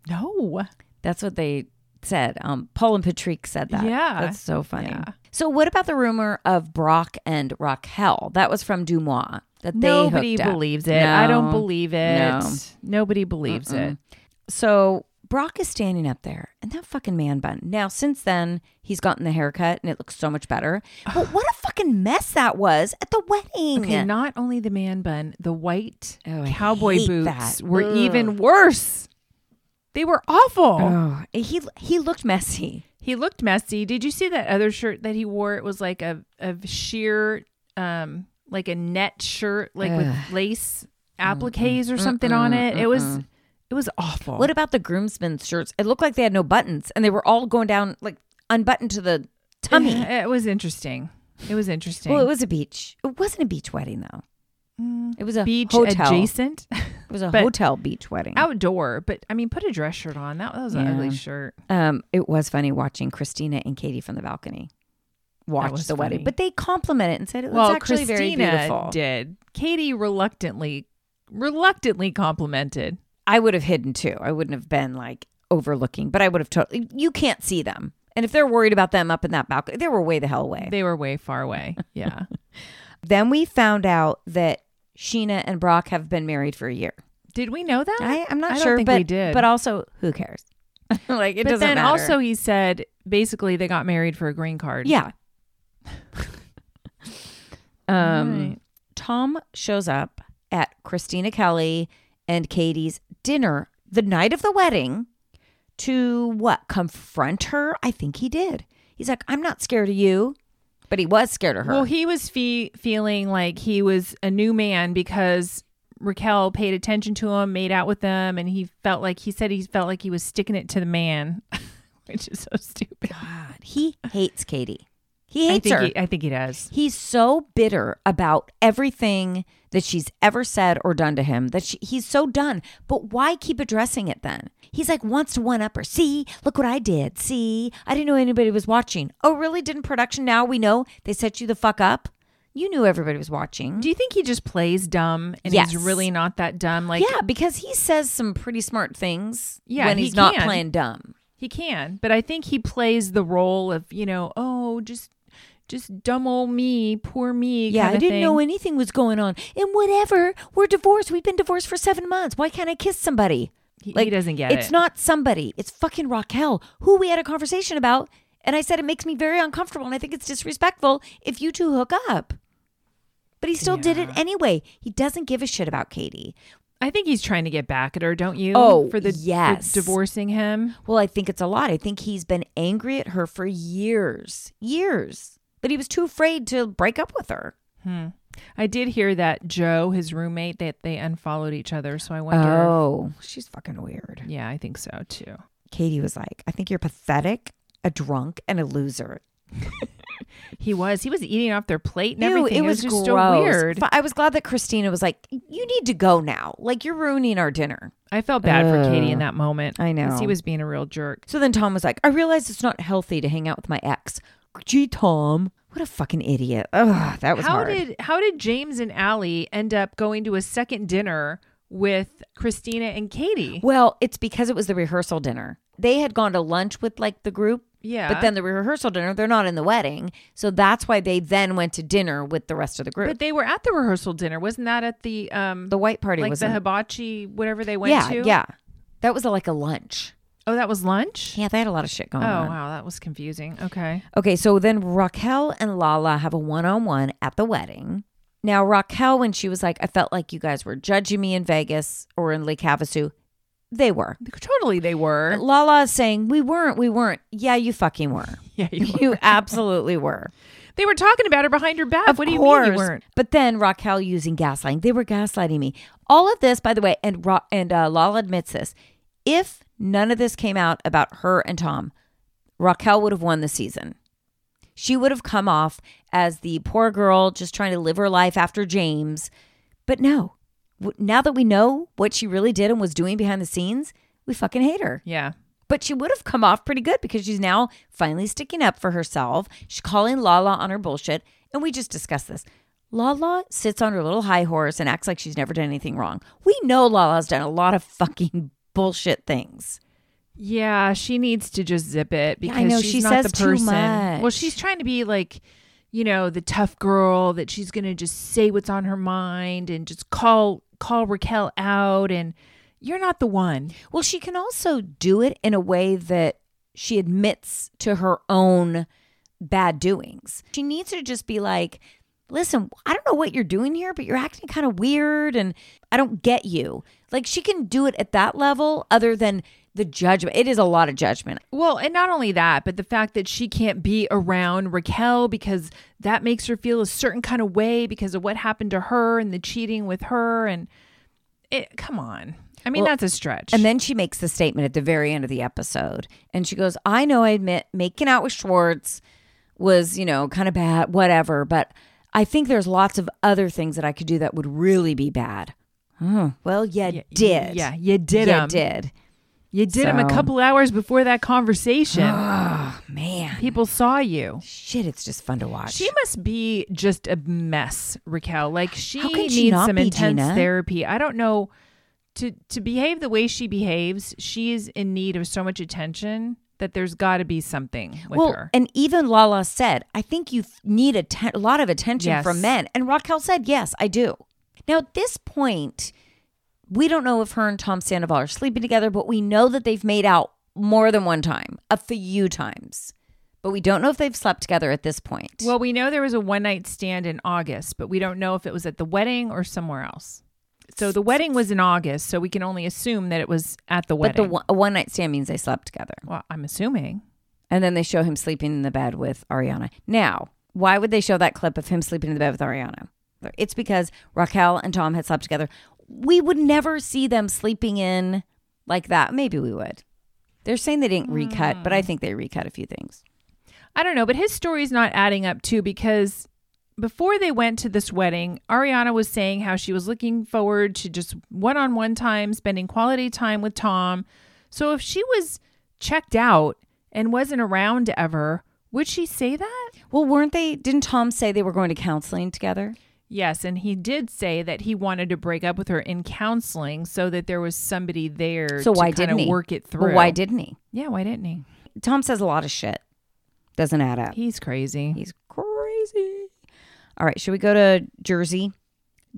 C: No.
B: That's what they said. Um, Paul and Patrick said that.
C: Yeah.
B: That's so funny.
C: Yeah.
B: So, what about the rumor of Brock and Raquel? That was from Dumois. That they
C: Nobody
B: hooked up.
C: believes it. I don't
B: No.
C: believe it.
B: No.
C: Nobody believes it.
B: So, Brock is standing up there and that fucking man bun. Now, since then, he's gotten the haircut and it looks so much better. But what a fucking mess that was at the wedding.
C: Okay, not only the man bun, the white
B: Oh, I
C: cowboy
B: hate
C: boots
B: that.
C: were
B: Ugh.
C: even worse. They were awful.
B: Oh, he he looked messy.
C: He looked messy. Did you see that other shirt that he wore? It was like a, a sheer, um, like a net shirt, like with lace appliques or something on it. It was, it was awful.
B: What about the groomsmen's shirts? It looked like they had no buttons and they were all going down like unbuttoned to the tummy.
C: It was interesting. It was interesting.
B: well, it was a beach. It wasn't a beach wedding though. It was a
C: Mm. beach
B: hotel.
C: adjacent,
B: It was a
C: but-
B: hotel beach wedding.
C: outdoor. But I mean, put a dress shirt on. That, that was an
B: Yeah.
C: ugly shirt.
B: Um, it was funny watching Christina and Katie from the balcony watch
C: was
B: the wedding,
C: funny.
B: but they complimented it and said it was
C: well,
B: actually
C: Christina
B: very beautiful.
C: did. Katie reluctantly, reluctantly complimented.
B: I would have hidden too. I wouldn't have been like overlooking, but I would have totally. You can't see them, and if they're worried about them up in that balcony, they were way the hell away.
C: They were way far away. Yeah.
B: Then we found out that Sheena and Brock have been married for a year.
C: did we know that?
B: I, I'm not
C: I don't
B: sure,
C: think
B: but
C: we did.
B: But also, who cares? like it
C: but
B: doesn't
C: then
B: matter.
C: also he said basically they got married for a green card.
B: yeah. um,
C: Right.
B: Tom shows up at Christina Kelly and Katie's dinner the night of the wedding to what? Confront her? I think he did. He's like, I'm not scared of you, but he was scared of her.
C: Well, he was fe- feeling like he was a new man because Raquel paid attention to him, made out with him, and he felt like he said he felt like he was sticking it to the man, which is so stupid.
B: God, he hates Katie. He
C: I
B: hates
C: think
B: her.
C: he, I think he does.
B: He's so bitter about everything that she's ever said or done to him that she, he's so done. But why keep addressing it then? He's like wants to one up her. See, look what I did. See, I didn't know anybody was watching. Oh, really? Didn't production? Now we know they set you the fuck up. You knew everybody was watching.
C: Do you think he just plays dumb and
B: Yes.
C: he's really not that dumb? Like
B: yeah, because he says some pretty smart things
C: Yeah,
B: when
C: he
B: he's not
C: can.
B: playing dumb.
C: he can, but I think he plays the role of you know, oh, just just dumb old me, poor me.
B: Yeah, I
C: kinda
B: didn't
C: thing.
B: know anything was going on. And whatever, we're divorced. We've been divorced for seven months. Why can't I kiss somebody?
C: He- he doesn't get
B: it's
C: it.
B: It's not somebody. It's fucking Raquel, who we had a conversation about. And I said it makes me very uncomfortable, and I think it's disrespectful if you two hook up. But he still did it anyway. He doesn't give a shit about Katie.
C: I think he's trying to get back at her, don't you?
B: Oh,
C: for the for
B: yes.
C: divorcing him.
B: Well, I think it's a lot. I think he's been angry at her for years, years. But he was too afraid to break up with her.
C: I did hear that Joe, his roommate, that they unfollowed each other. So I wonder.
B: Oh, she's fucking weird.
C: Yeah, I think so too.
B: Katie was like, I think you're pathetic, a drunk, and a loser.
C: He was. He was eating off their plate and
B: Ew,
C: everything.
B: It was,
C: just so
B: gross.
C: weird.
B: But I was glad that Christina was like, "You need to go now. Like you're ruining our dinner."
C: I felt bad for Katie in
B: Ugh.
C: that moment.
B: I
C: 'cause he
B: know.
C: was being a real jerk.
B: So then Tom was like, "I realize it's not healthy to hang out with my ex." Gee, Tom, what a fucking idiot. Ugh, that was
C: how
B: hard.
C: did how did James and Allie end up going to a second dinner with Christina and Katie?
B: well, it's because it was the rehearsal dinner. They had gone to lunch with like the group.
C: Yeah.
B: But then the rehearsal dinner, they're not in the wedding. So that's why they then went to dinner with the rest of the group.
C: But they were at the rehearsal dinner, wasn't that at the um
B: the white party
C: like
B: was
C: the
B: in-
C: hibachi whatever they went
B: Yeah,
C: to?
B: yeah. That was like a lunch.
C: Oh, that was lunch?
B: Yeah, they had a lot of shit going
C: Oh,
B: on.
C: wow. That was confusing. Okay.
B: Okay, so then Raquel and Lala have a one on one at the wedding. Now, Raquel, when she was like, I felt like you guys were judging me in Vegas or in Lake Havasu, they were.
C: Totally, they were.
B: Lala is saying, We weren't, we weren't. Yeah, you fucking were.
C: Yeah, you were.
B: You absolutely were.
C: They were talking about her behind her back. what do you mean you weren't?
B: But then Raquel using gaslighting. They were gaslighting me. All of this, by the way, and Ra- and uh, Lala admits this. If none of this came out about her and Tom, Raquel would have won the season. She would have come off as the poor girl just trying to live her life after James. But no, W- now that we know what she really did and was doing behind the scenes, we fucking hate her
C: Yeah.
B: but she would have come off pretty good because she's now finally sticking up for herself. She's calling Lala on her bullshit. And we just discussed this. Lala sits on her little high horse and acts like she's never done anything wrong. We know Lala's done a lot of fucking bullshit things.
C: Yeah, she needs to just zip it
B: Yeah,
C: because
B: I know,
C: she's
B: she
C: not
B: says
C: the
B: too
C: person.
B: much.
C: Well, she's trying to be like, you know, the tough girl that she's gonna just say what's on her mind and just call call Raquel out and you're not the one.
B: Well, she can also do it in a way that she admits to her own bad doings. She needs to just be like, listen, I don't know what you're doing here, but you're acting kind of weird and I don't get you. Like, she can do it at that level other than the judgment. It is a lot of judgment.
C: Well, and not only that, but the fact that she can't be around Raquel because that makes her feel a certain kind of way because of what happened to her and the cheating with her and it come on. I mean, that's a stretch.
B: And then she makes the statement at the very end of the episode. And she goes, I know I admit making out with Schwartz was, you know, kind of bad, whatever, but I think there's lots of other things that I could do that would really be bad. Oh, well, you did.
C: Yeah, you did
B: You
C: 'em.
B: did.
C: You did him a
B: So-
C: couple hours before that conversation.
B: Oh, man.
C: People saw you.
B: Shit, it's just fun to watch.
C: She must be just a mess, Raquel. Like she
B: can
C: needs
B: she not
C: some
B: be,
C: intense
B: Gina?
C: therapy. I don't know to to behave the way she behaves. She is in need of so much attention that there's got to be something with
B: well,
C: her.
B: and even Lala said, I think you f- need a te- lot of attention
C: Yes.
B: from men. And Raquel said, Yes, I do. Now, at this point, we don't know if her and Tom Sandoval are sleeping together, but we know that they've made out more than one time, a few times. But we don't know if they've slept together at this point.
C: well, we know there was a one night stand in August, but we don't know if it was at the wedding or somewhere else. So the wedding was in August, so we can only assume that it was at the
B: but
C: wedding.
B: the one, a one night stand means they slept together.
C: well, I'm assuming.
B: And then they show him sleeping in the bed with Ariana. Now, why would they show that clip of him sleeping in the bed with Ariana? It's because Raquel and Tom had slept together. We would never see them sleeping in like that. Maybe we would. They're saying they didn't recut, but
C: Hmm.
B: I think they recut a few things.
C: I don't know, but his story's not adding up too because before they went to this wedding, Ariana was saying how she was looking forward to just one on one time, spending quality time with Tom. So if she was checked out and wasn't around ever, would she say that?
B: Well, weren't they? Didn't Tom say they were going to counseling together?
C: Yes, and he did say that he wanted to break up with her in counseling so that there was somebody there
B: So
C: to
B: why
C: kinda
B: didn't he
C: work it
B: But
C: through.
B: why didn't he?
C: Yeah, why didn't he?
B: Tom says a lot of shit. Doesn't add up.
C: He's crazy.
B: He's crazy. All right, should we go to Jersey?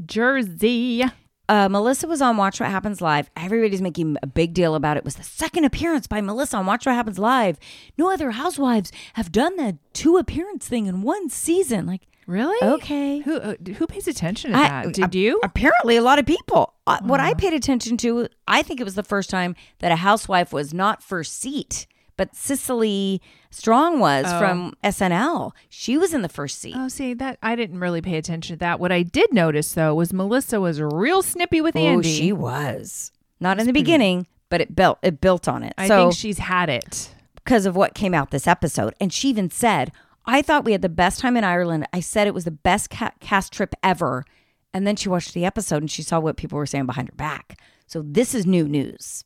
C: Jersey.
B: uh, Melissa was on Watch What Happens Live. Everybody's making a big deal about it. It was the second appearance by Melissa on Watch What Happens Live. No other housewives have done the two appearance thing in one season. Like,
C: Really?
B: okay.
C: Who uh, d- who pays attention to
B: I-
C: that? Did you?
B: Apparently, a lot of people. Uh, What I paid attention to, I think it was the first time that a housewife was not first seat, but Cicely Strong was from SNL. She was in the first seat.
C: Oh, see that I didn't really pay attention to that. What I did notice though was Melissa was real snippy with
B: Oh,
C: Andy.
B: she was not in the beginning, but it built it built on it.
C: I
B: so,
C: think she's had it.
B: because of what came out this episode. And she even said, I thought we had the best time in Ireland. I said it was the best ca- cast trip ever. And then she watched the episode and she saw what people were saying behind her back. So this is new news.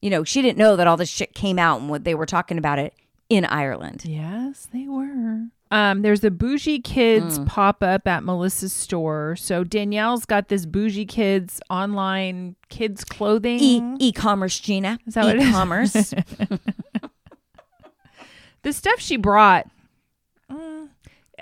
B: You know, she didn't know that all this shit came out and what they were talking about it in Ireland.
C: Yes, they were. Mm. Um, there's a bougie kids pop up at Melissa's store. So Danielle's got this bougie kids online kids clothing.
B: E e-commerce, Gina.
C: Mm-hmm. Is that what it is?
B: e-commerce.
C: the stuff she brought. mm,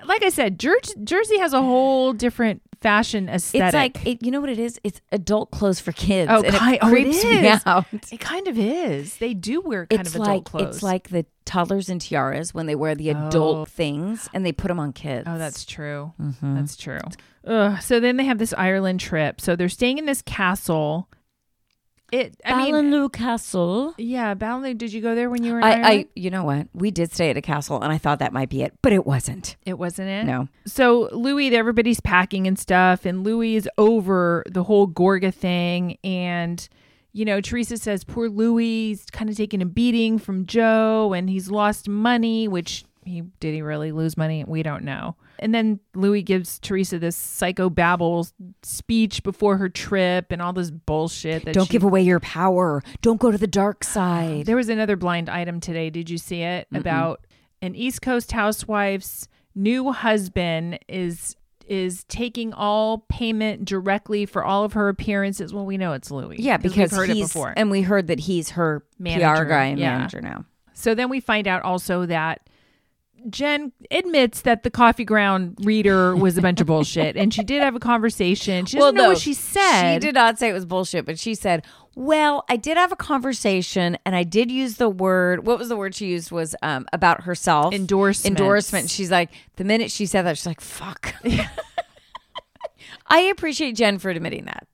C: like I said, Jer- Jersey has a whole different fashion aesthetic.
B: It's like it, you know what it is. It's adult clothes for kids.
C: Oh,
B: and it
C: ki- oh, it
B: creeps me
C: is.
B: out.
C: it kind of is. They do wear kind
B: It's
C: of adult
B: like
C: clothes.
B: it's like the toddlers and tiaras when they wear the adult
C: Oh.
B: things and they put them on kids.
C: Oh, that's true. That's true. Ugh. So then they have this Ireland trip. So they're staying in this castle. It. I mean,
B: Ballinloo Castle.
C: yeah, Ballinlow. Did you go there when you were in
B: I,
C: Ireland?
B: I, you know what? We did stay at a castle, and I thought that might be it, but it wasn't.
C: it wasn't it.
B: No.
C: So Louis, everybody's packing and stuff, and Louis is over the whole Gorga thing. And, you know, Teresa says poor Louis he's kind of taking a beating from Joe and he's lost money, which he did he really lose money? We don't know. And then Louis gives Teresa this psycho babble speech before her trip and all this bullshit that
B: Don't
C: she-
B: give away your power. Don't go to the dark side.
C: there was another blind item today. Did you see it? About an East Coast housewife's new husband is is taking all payment directly for all of her appearances. Well, we know it's Louis.
B: Yeah, because
C: we've heard
B: he's
C: it before.
B: and we heard that he's her PR
C: Manager,
B: guy and
C: yeah.
B: manager now.
C: so then we find out also that Jen admits that the coffee ground reader was a bunch of bullshit, and she did have a conversation. She doesn't know
B: no,
C: what she said.
B: She did not say it was bullshit, but she said, "Well, I did have a conversation, and I did use the word. What was the word she used? Was um, about herself
C: Endorsements.
B: Endorsement. She's like, the minute she said that, she's like, fuck. I appreciate Jen for admitting that.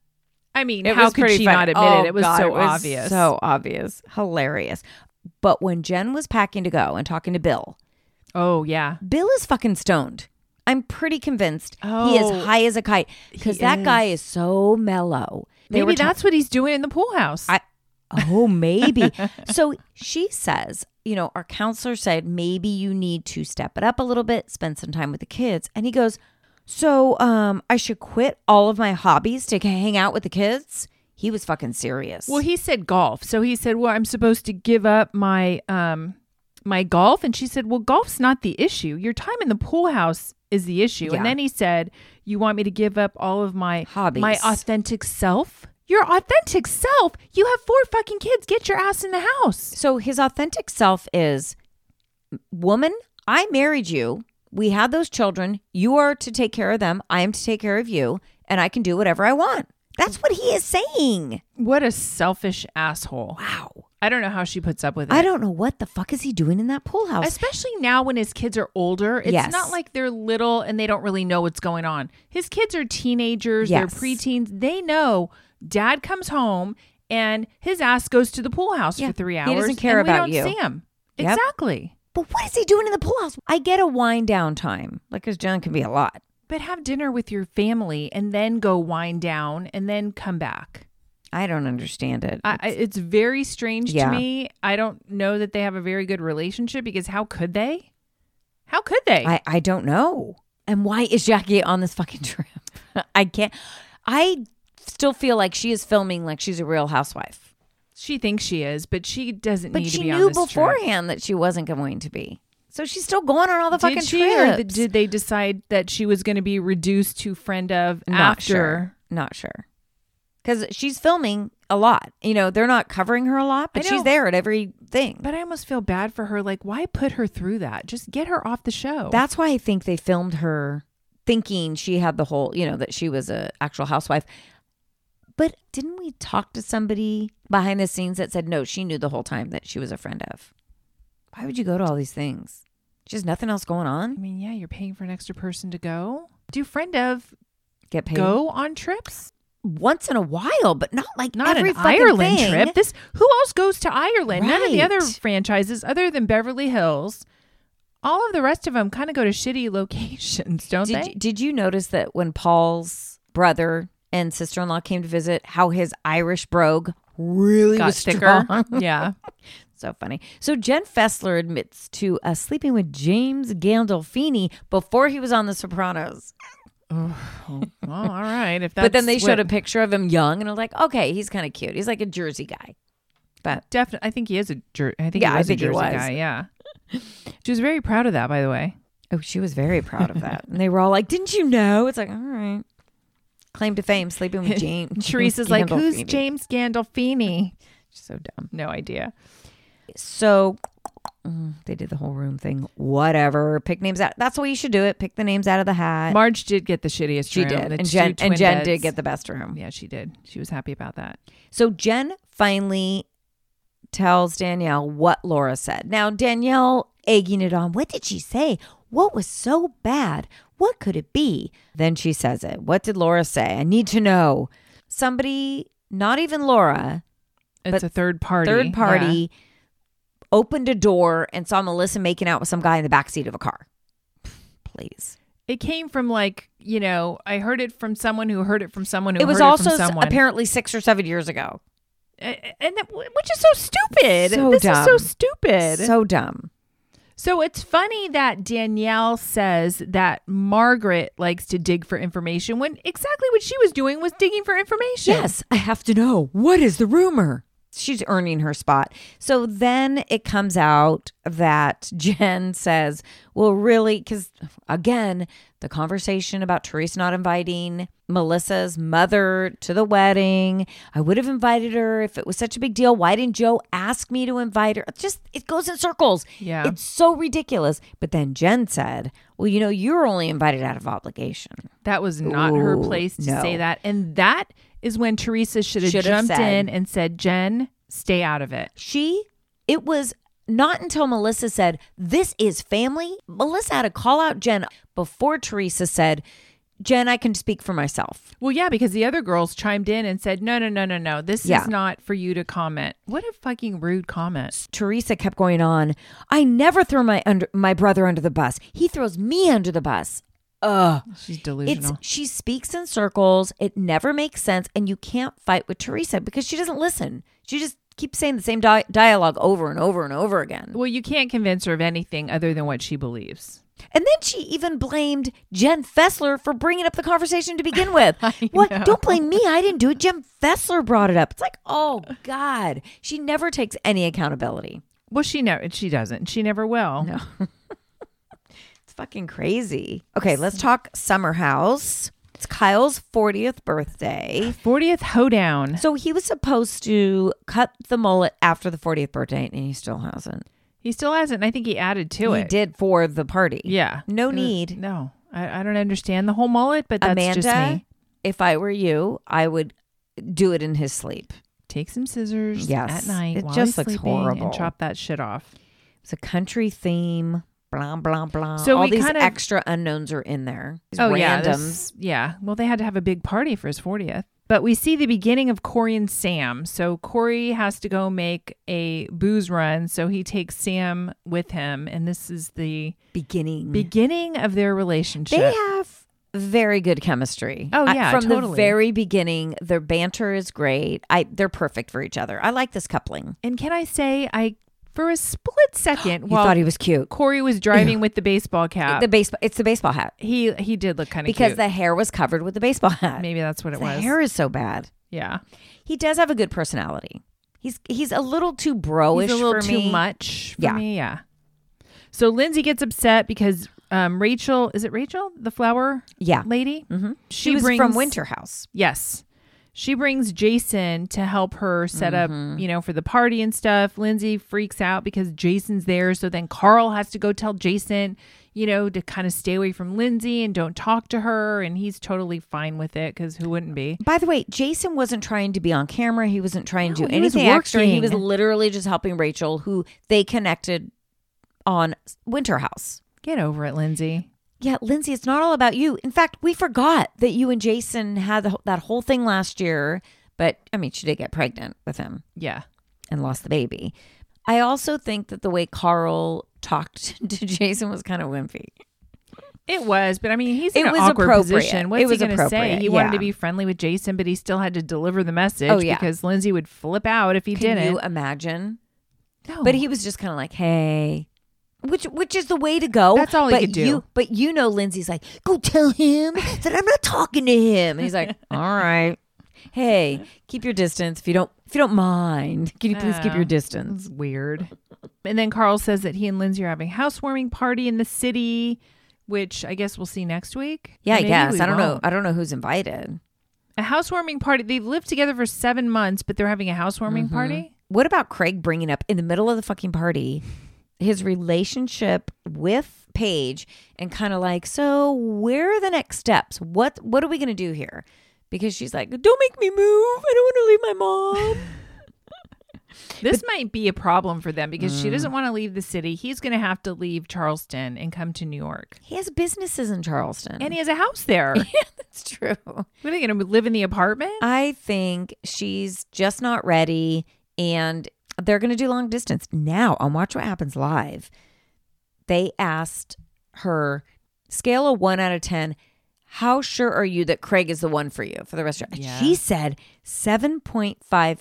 C: I mean,
B: It
C: how
B: was
C: could
B: pretty
C: she
B: funny.
C: not admit
B: Oh,
C: it? It was
B: God,
C: so
B: it was
C: obvious.
B: So obvious. Hilarious. But when Jen was packing to go and talking to Bill,
C: oh yeah,
B: Bill is fucking stoned. I'm pretty convinced he is
C: Oh.
B: high as a kite because
C: He
B: that guy
C: is.
B: is so mellow. They were
C: maybe
B: ta-
C: that's what he's doing in the pool house.
B: I, oh, maybe. so she says, you know, our counselor said maybe you need to step it up a little bit, spend some time with the kids. And he goes, so um, I should quit all of my hobbies to hang out with the kids. He was fucking serious.
C: Well, he said golf. So he said, "Well, I'm supposed to give up my um my golf." And she said, "Well, golf's not the issue. Your time in the pool house is the issue."
B: Yeah.
C: And then he said, "You want me to give up all of my
B: Hobbies.
C: my authentic self?" Your authentic self. You have four fucking kids. Get your ass in the house.
B: so his authentic self is, woman, I married you. We had those children. You are to take care of them. I am to take care of you, and I can do whatever I want. That's what he is saying.
C: What a selfish asshole.
B: Wow.
C: I don't know how she puts up with it.
B: I don't know what the fuck is he doing in that pool house.
C: Especially now when his kids are older, it's
B: Yes.
C: not like they're little and they don't really know what's going on. His kids are teenagers,
B: Yes.
C: they're preteens. They know dad comes home and his ass goes to the pool house
B: Yeah,
C: for three
B: he
C: hours.
B: doesn't care
C: and
B: about
C: we
B: you.
C: don't see him.
B: Yep.
C: Exactly.
B: But what is he doing in the pool house? I get a wind down time, like because John can be a lot.
C: But have dinner with your family and then go wind down and then come back.
B: I don't understand it.
C: I, I, it's very strange
B: Yeah.
C: to me. I don't know that they have a very good relationship because how could they? How could they?
B: I, I don't know. And why is Jackie on this fucking trip? I can't. I still feel like she is filming like she's a real housewife.
C: she thinks she is, but she doesn't
B: But
C: need to
B: she
C: be
B: knew
C: on this trip.
B: beforehand that she wasn't going to be. So she's still going on all the fucking
C: did she, or th-
B: trips.
C: did they decide that she was going to be reduced to friend of
B: Not
C: after?
B: sure. Not sure. Because she's filming a lot. You know, they're not covering her a lot, but
C: I
B: she's
C: know.
B: there at everything.
C: But I almost feel bad for her. Like, why put her through that? Just get her off the show.
B: That's why I think they filmed her thinking she had the whole, you know, that she was a actual housewife. But didn't we talk to somebody behind the scenes that said no, she knew the whole time that she was a friend of? Why would you go to all these things? She has nothing else going
C: I
B: on.
C: mean, yeah, you're paying for an extra person to go. Do friend of
B: Get paid
C: go on trips?
B: once in a while, but not like
C: Not
B: every
C: an
B: fucking
C: Ireland
B: thing.
C: trip. This who else goes to Ireland? None of the other
B: Right.
C: franchises, other than Beverly Hills, all of the rest of them kind of go to shitty locations, don't
B: Did
C: they?
B: you, did you notice that when Paul's brother and sister in law came to visit, how his Irish brogue really
C: Got
B: was
C: thicker.
B: strong?
C: yeah.
B: So funny. So Jen Fessler admits to uh, sleeping with James Gandolfini before he was on The Sopranos.
C: Well, all right. If that's
B: but then they
C: what-
B: showed a picture of him young, and I was like, okay, he's kind of cute. He's like a Jersey guy. But
C: Definitely, I think he is a Jer- I think
B: Yeah,
C: he
B: I
C: was
B: think
C: a
B: he
C: Jersey
B: was.
C: guy. Yeah, she was very proud of that, by the way.
B: oh, she was very proud of that, and they were all like, "Didn't you know?" It's like, all right, claim to fame, sleeping with James.
C: Teresa's like, "Who's
B: Gandolfini."
C: James Gandolfini?"
B: So dumb.
C: No idea.
B: So mm, they did the whole room thing. Whatever. Pick names out. That's the way you should do it. Pick the names out of the hat.
C: Marge did get the shittiest
B: she
C: room.
B: did.
C: the
B: And
C: two
B: Jen,
C: twin
B: and Jen
C: beds.
B: did get the best room.
C: Yeah, she did. She was happy about that.
B: So Jen finally tells Danielle what Laura said. Now, Danielle egging it on. What did she say? What was so bad? What could it be? Then she says it. What did Laura say? I need to know. Somebody, not even Laura,
C: It's
B: But
C: a third party.
B: third party,
C: Yeah.
B: opened a door and saw Melissa making out with some guy in the backseat of a car. Please.
C: It came from like you know. I heard it from someone who heard it from someone who
B: It was
C: heard
B: also
C: it
B: s-
C: from someone.
B: apparently six or seven years ago.
C: and that, which is so stupid.
B: So
C: this is so
B: dumb.
C: stupid. So,
B: So dumb.
C: it's funny that Danielle says that Margaret likes to dig for information when exactly what she was doing was digging for information.
B: Yes, I have to know. What is the rumor? She's earning her spot. So then it comes out that Jen says, well, really, because again, the conversation about Teresa not inviting Melissa's mother to the wedding. I would have invited her if it was such a big deal. Why didn't Joe ask me to invite her? It's just, it goes in circles.
C: Yeah.
B: It's so ridiculous. But then Jen said, well, you know, you were only invited out of obligation.
C: That was not her
B: Ooh,
C: place to
B: no.
C: say that. And that is when Teresa should have
B: Should have
C: jumped
B: said.
C: in and said, Jen, stay out of it.
B: she it was not until melissa said this is family melissa had to call out jen before teresa said jen i can speak for myself
C: Well, yeah, because the other girls chimed in and said, no, no, no, no, no. This
B: Yeah.
C: is not for you to comment. What a fucking rude comment.
B: teresa kept going on i never throw my under my brother under the bus he throws me under the bus ugh
C: She's
B: it's
C: delusional.
B: she speaks in circles it never makes sense and you can't fight with teresa because she doesn't listen she just keeps saying the same di- dialogue over and over and over again
C: well, you can't convince her of anything other than what she believes.
B: And then she even blamed Jen Fessler for bringing up the conversation to begin with. what?
C: know.
B: Don't blame me. I didn't do it. Jen Fessler brought it up. It's like, oh God, she never takes any accountability.
C: Well, she know she doesn't. She never will.
B: No. It's fucking crazy. Okay, let's talk Summer House. It's Kyle's 40th birthday.
C: 40th hoedown.
B: So he was supposed to cut the mullet after the 40th birthday, and he still hasn't.
C: He still hasn't. and I think he added to
B: He
C: it.
B: did for the party.
C: Yeah.
B: No
C: It was-
B: need.
C: No. I, I don't understand the whole mullet, but that's
B: Amanda,
C: just me.
B: if I were you, I would do it in his sleep.
C: Take some scissors
B: Yes.
C: at night
B: It
C: while
B: just
C: he's
B: looks
C: sleeping
B: horrible.
C: and chop that shit off.
B: It's a country theme. Blah blah blah.
C: So
B: all
C: we
B: these
C: kind of-
B: extra unknowns are in there. These
C: oh
B: randoms.
C: yeah, this- yeah. Well, they had to have a big party for his 40th. But we see the beginning of Corey and Sam. So Corey has to go make a booze run, so he takes Sam with him, and this is the
B: beginning.
C: beginning of their relationship.
B: Mm. they have very good chemistry.
C: Oh,
B: I-
C: yeah,
B: from the
C: totally.
B: very beginning, their banter is great. I they're perfect for each other. I like this coupling.
C: And can I say, I for a split second,
B: You
C: while
B: thought he was cute.
C: Corey was driving with the baseball cap,
B: The baseball. It's the baseball hat
C: he he did look kind of
B: because
C: uh, cute.
B: the hair was covered with the baseball hat.
C: maybe that's what it
B: the
C: was.
B: hair is so bad.
C: yeah,
B: He does have a good personality. He's he's a little too broish
C: He's a little
B: for
C: too
B: me.
C: much. For
B: Yeah.
C: me, yeah. So Lindsay gets upset because um, Rachel is it Rachel the flower
B: Yeah.
C: lady? Mm-hmm.
B: She, was from Winter House.
C: Yes. She brings Jason to help her set
B: Mm-hmm.
C: up, you know, for the party and stuff. Lindsay freaks out because Jason's there. So then Carl has to go tell Jason, you know, to kind of stay away from Lindsay and don't talk to her. And he's totally fine with it because who wouldn't be?
B: By the way, Jason wasn't trying to be on camera. He wasn't trying to
C: No,
B: do
C: he was
B: anything extra. He
C: working.
B: was literally just helping Rachel, who they connected on Winter House.
C: Get over it, Lindsay.
B: Yeah, Lindsay, it's not all about you. In fact, we forgot that you and Jason had the, that whole thing last year. But I mean, she did get pregnant with him
C: Yeah.
B: and lost the baby. I also think that the way Carl talked to Jason was kind of wimpy.
C: It was, but I mean, he's
B: It
C: in an
B: was
C: awkward
B: appropriate.
C: position. What's
B: It was
C: he going to say?
B: appropriate,
C: He wanted
B: yeah.
C: to be friendly with Jason, but he still had to deliver the message
B: Oh, yeah.
C: because Lindsay would flip out if he
B: Can
C: didn't.
B: you imagine?
C: No.
B: But he was just kind of like, "Hey," which which is the way to go.
C: That's all he
B: but
C: could do.
B: You, but you know, Lindsay's like, "Go tell him that I'm not talking to him," and he's like, "All right, hey, keep your distance if you don't if you don't mind. Can you please keep
C: Yeah.
B: your distance?"
C: It's weird. And then Carl says that he and Lindsay are having a housewarming party in the city, which I guess we'll see next week.
B: Yeah,
C: Or
B: I
C: maybe
B: guess
C: we
B: I don't know.
C: won't.
B: I don't know who's invited.
C: A housewarming party. They've lived together for
B: Mm-hmm.
C: seven months, but they're having a housewarming party.
B: What about Craig bringing up in the middle of the fucking party? his relationship with Paige and kind of like, so where are the next steps? What what are we gonna do here? Because she's like, don't make me move. I don't want to leave my mom.
C: This might be a problem for them because
B: Mm.
C: she doesn't want to leave the city. He's going to have to leave Charleston and come to New York.
B: he has businesses in Charleston.
C: And he has a house there.
B: That's true.
C: What are they going to live in the apartment?
B: I think she's just not ready and they're going to do long distance. Now, on Watch What Happens Live, they asked her scale of 1 out of 10, how sure are you that Craig is the one for you for the restaurant? And
C: Yeah.
B: She said 7.5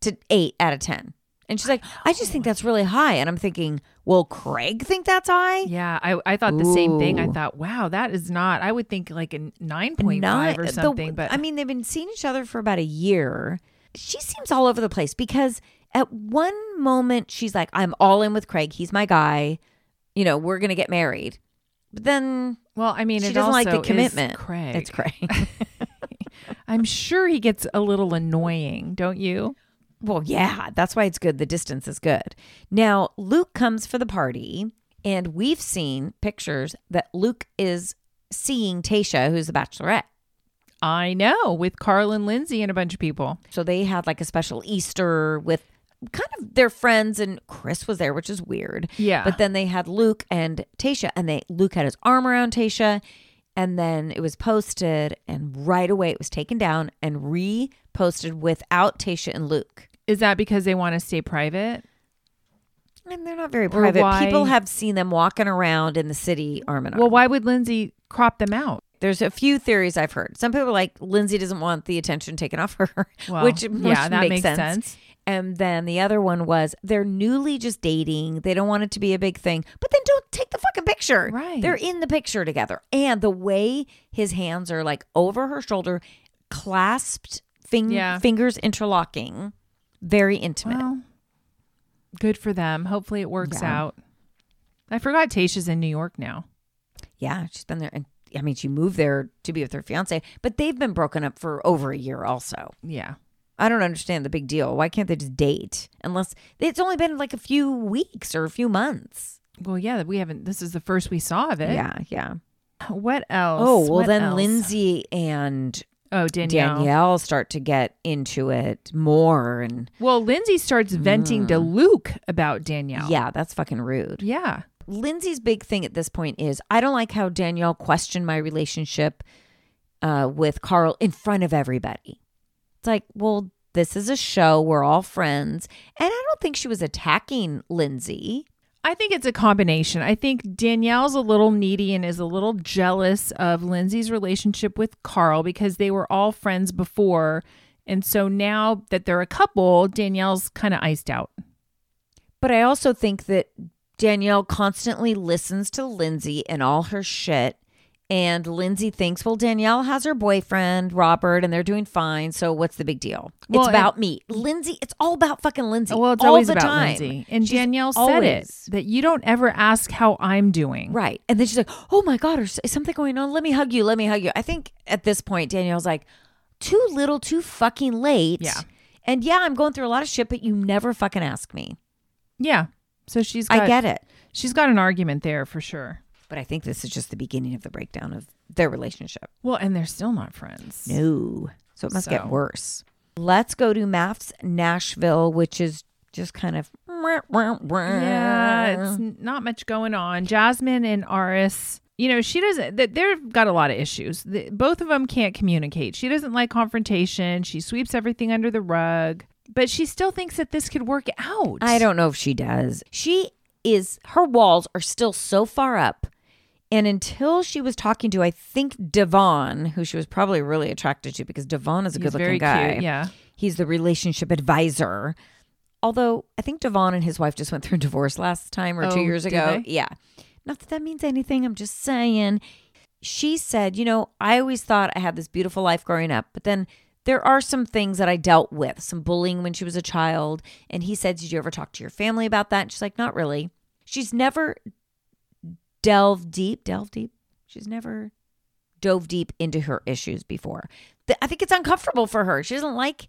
B: to 8 out of 10. And she's like, I just think that's really high. And I'm thinking, will Craig think that's high?
C: Yeah, I, I thought the same thing. I
B: Ooh.
C: thought, wow, that is not. I would think like a nine point five or
B: Not- the-
C: something, but
B: I mean, they've been seeing each other for about a year. She seems all over the place because at one moment she's like, "I'm all in with Craig. He's my guy. You know, we're gonna get married." But then
C: well, I mean,
B: she
C: it
B: doesn't like the
C: also is
B: commitment.
C: Craig,
B: It's Craig.
C: I'm sure he gets a little annoying, don't you?
B: well, yeah, that's why it's good. The distance is good. Now Luke comes for the party, and we've seen pictures that Luke is seeing Tasha, who's the Bachelorette.
C: I know with Carl and Lindsay and a bunch of people.
B: So they had like a special Easter with kind of their friends and Chris was there, which is weird.
C: Yeah.
B: But then they had Luke and Tasha and they Luke had his arm around Tasha and then it was posted and right away it was taken down and reposted without Tasha and Luke.
C: Is that because they want to stay private?
B: And they're not very
C: Or
B: private.
C: why-
B: People have seen them walking around in the city arm in arm.
C: Well, why would Lindsay crop them out?
B: There's a few theories I've heard. Some people are like Lindsay doesn't want the attention taken off her,
C: Well,
B: which,
C: yeah,
B: which
C: that
B: makes,
C: makes
B: sense.
C: sense.
B: And then the other one was they're newly just dating. They don't want it to be a big thing, but then don't take the fucking picture.
C: Right.
B: They're in the picture together. And the way his hands are like over her shoulder, clasped, fing-
C: Yeah.
B: fingers interlocking, very intimate.
C: Well, good for them. Hopefully, it works
B: Yeah.
C: out. I forgot Tasha's in New York now.
B: yeah, she's been there. And I mean, she moved there to be with her fiance, but they've been broken up for over a year also.
C: Yeah.
B: I don't understand the big deal. Why can't they just date? Unless it's only been like a few weeks or a few months.
C: Well, yeah, we haven't. This is the first we saw of it.
B: Yeah, yeah.
C: What else?
B: Oh, well,
C: What
B: then
C: Eh? else?
B: Lindsay and
C: Oh,
B: Danielle.
C: Danielle.
B: start to get into it more. And
C: Well, Lindsay starts venting to Luke about Danielle.
B: yeah, that's fucking rude.
C: Yeah.
B: Lindsay's big thing at this point is I don't like how Danielle questioned my relationship uh, with Carl in front of everybody. It's like, well, this is a show. We're all friends. And I don't think she was attacking Lindsay.
C: I think it's a combination. I think Danielle's a little needy and is a little jealous of Lindsay's relationship with Carl because they were all friends before. And so now that they're a couple, Danielle's kind of iced out.
B: But I also think that Danielle constantly listens to Lindsay and all her shit. And Lindsay thinks, well, Danielle has her boyfriend, Robert, and they're doing fine. So what's the big deal?
C: Well,
B: it's about me. Lindsay, it's all about fucking Lindsay.
C: Well, it's
B: all
C: always
B: the
C: about
B: time.
C: Lindsay. And
B: She's
C: Danielle
B: always-
C: said it that you don't ever ask how I'm doing.
B: Right. And then she's like, oh my God, is is something going on? Let me hug you. Let me hug you. I think at this point, Danielle's like, too little, too fucking late.
C: Yeah.
B: And yeah, I'm going through a lot of shit, but you never fucking ask me.
C: Yeah. So she's got,
B: I get it.
C: She's got an argument there for sure.
B: But I think this is just the beginning of the breakdown of their relationship.
C: Well, and they're still not friends.
B: No. So it must get
C: So.
B: worse. Let's go to MAFS Nashville, which is just kind of. Uh-huh.
C: Yeah, it's n- not much going on. Jasmine and Aris, you know, she doesn't. th- They've got a lot of issues. The, both of them can't communicate. She doesn't like confrontation. She sweeps everything under the rug, but she still thinks that this could work out.
B: I don't know if she does. She is, her walls are still so far up. And until she was talking to, I think, Devon, who she was probably really attracted to because Devon is a
C: He's
B: good looking
C: very
B: guy.
C: cute, yeah.
B: He's the relationship advisor. Although I think Devon and his wife just went through a divorce last time or two
C: Oh,
B: years
C: did
B: ago.
C: they?
B: Yeah. Not that that means anything. I'm just saying. She said, You know, I always thought I had this beautiful life growing up, but then there are some things that I dealt with, some bullying when she was a child. And he said, Did you ever talk to your family about that? And she's like, Not really. She's never delved deep, delved deep. She's never dove deep into her issues before. Th- I think it's uncomfortable for her. She doesn't like,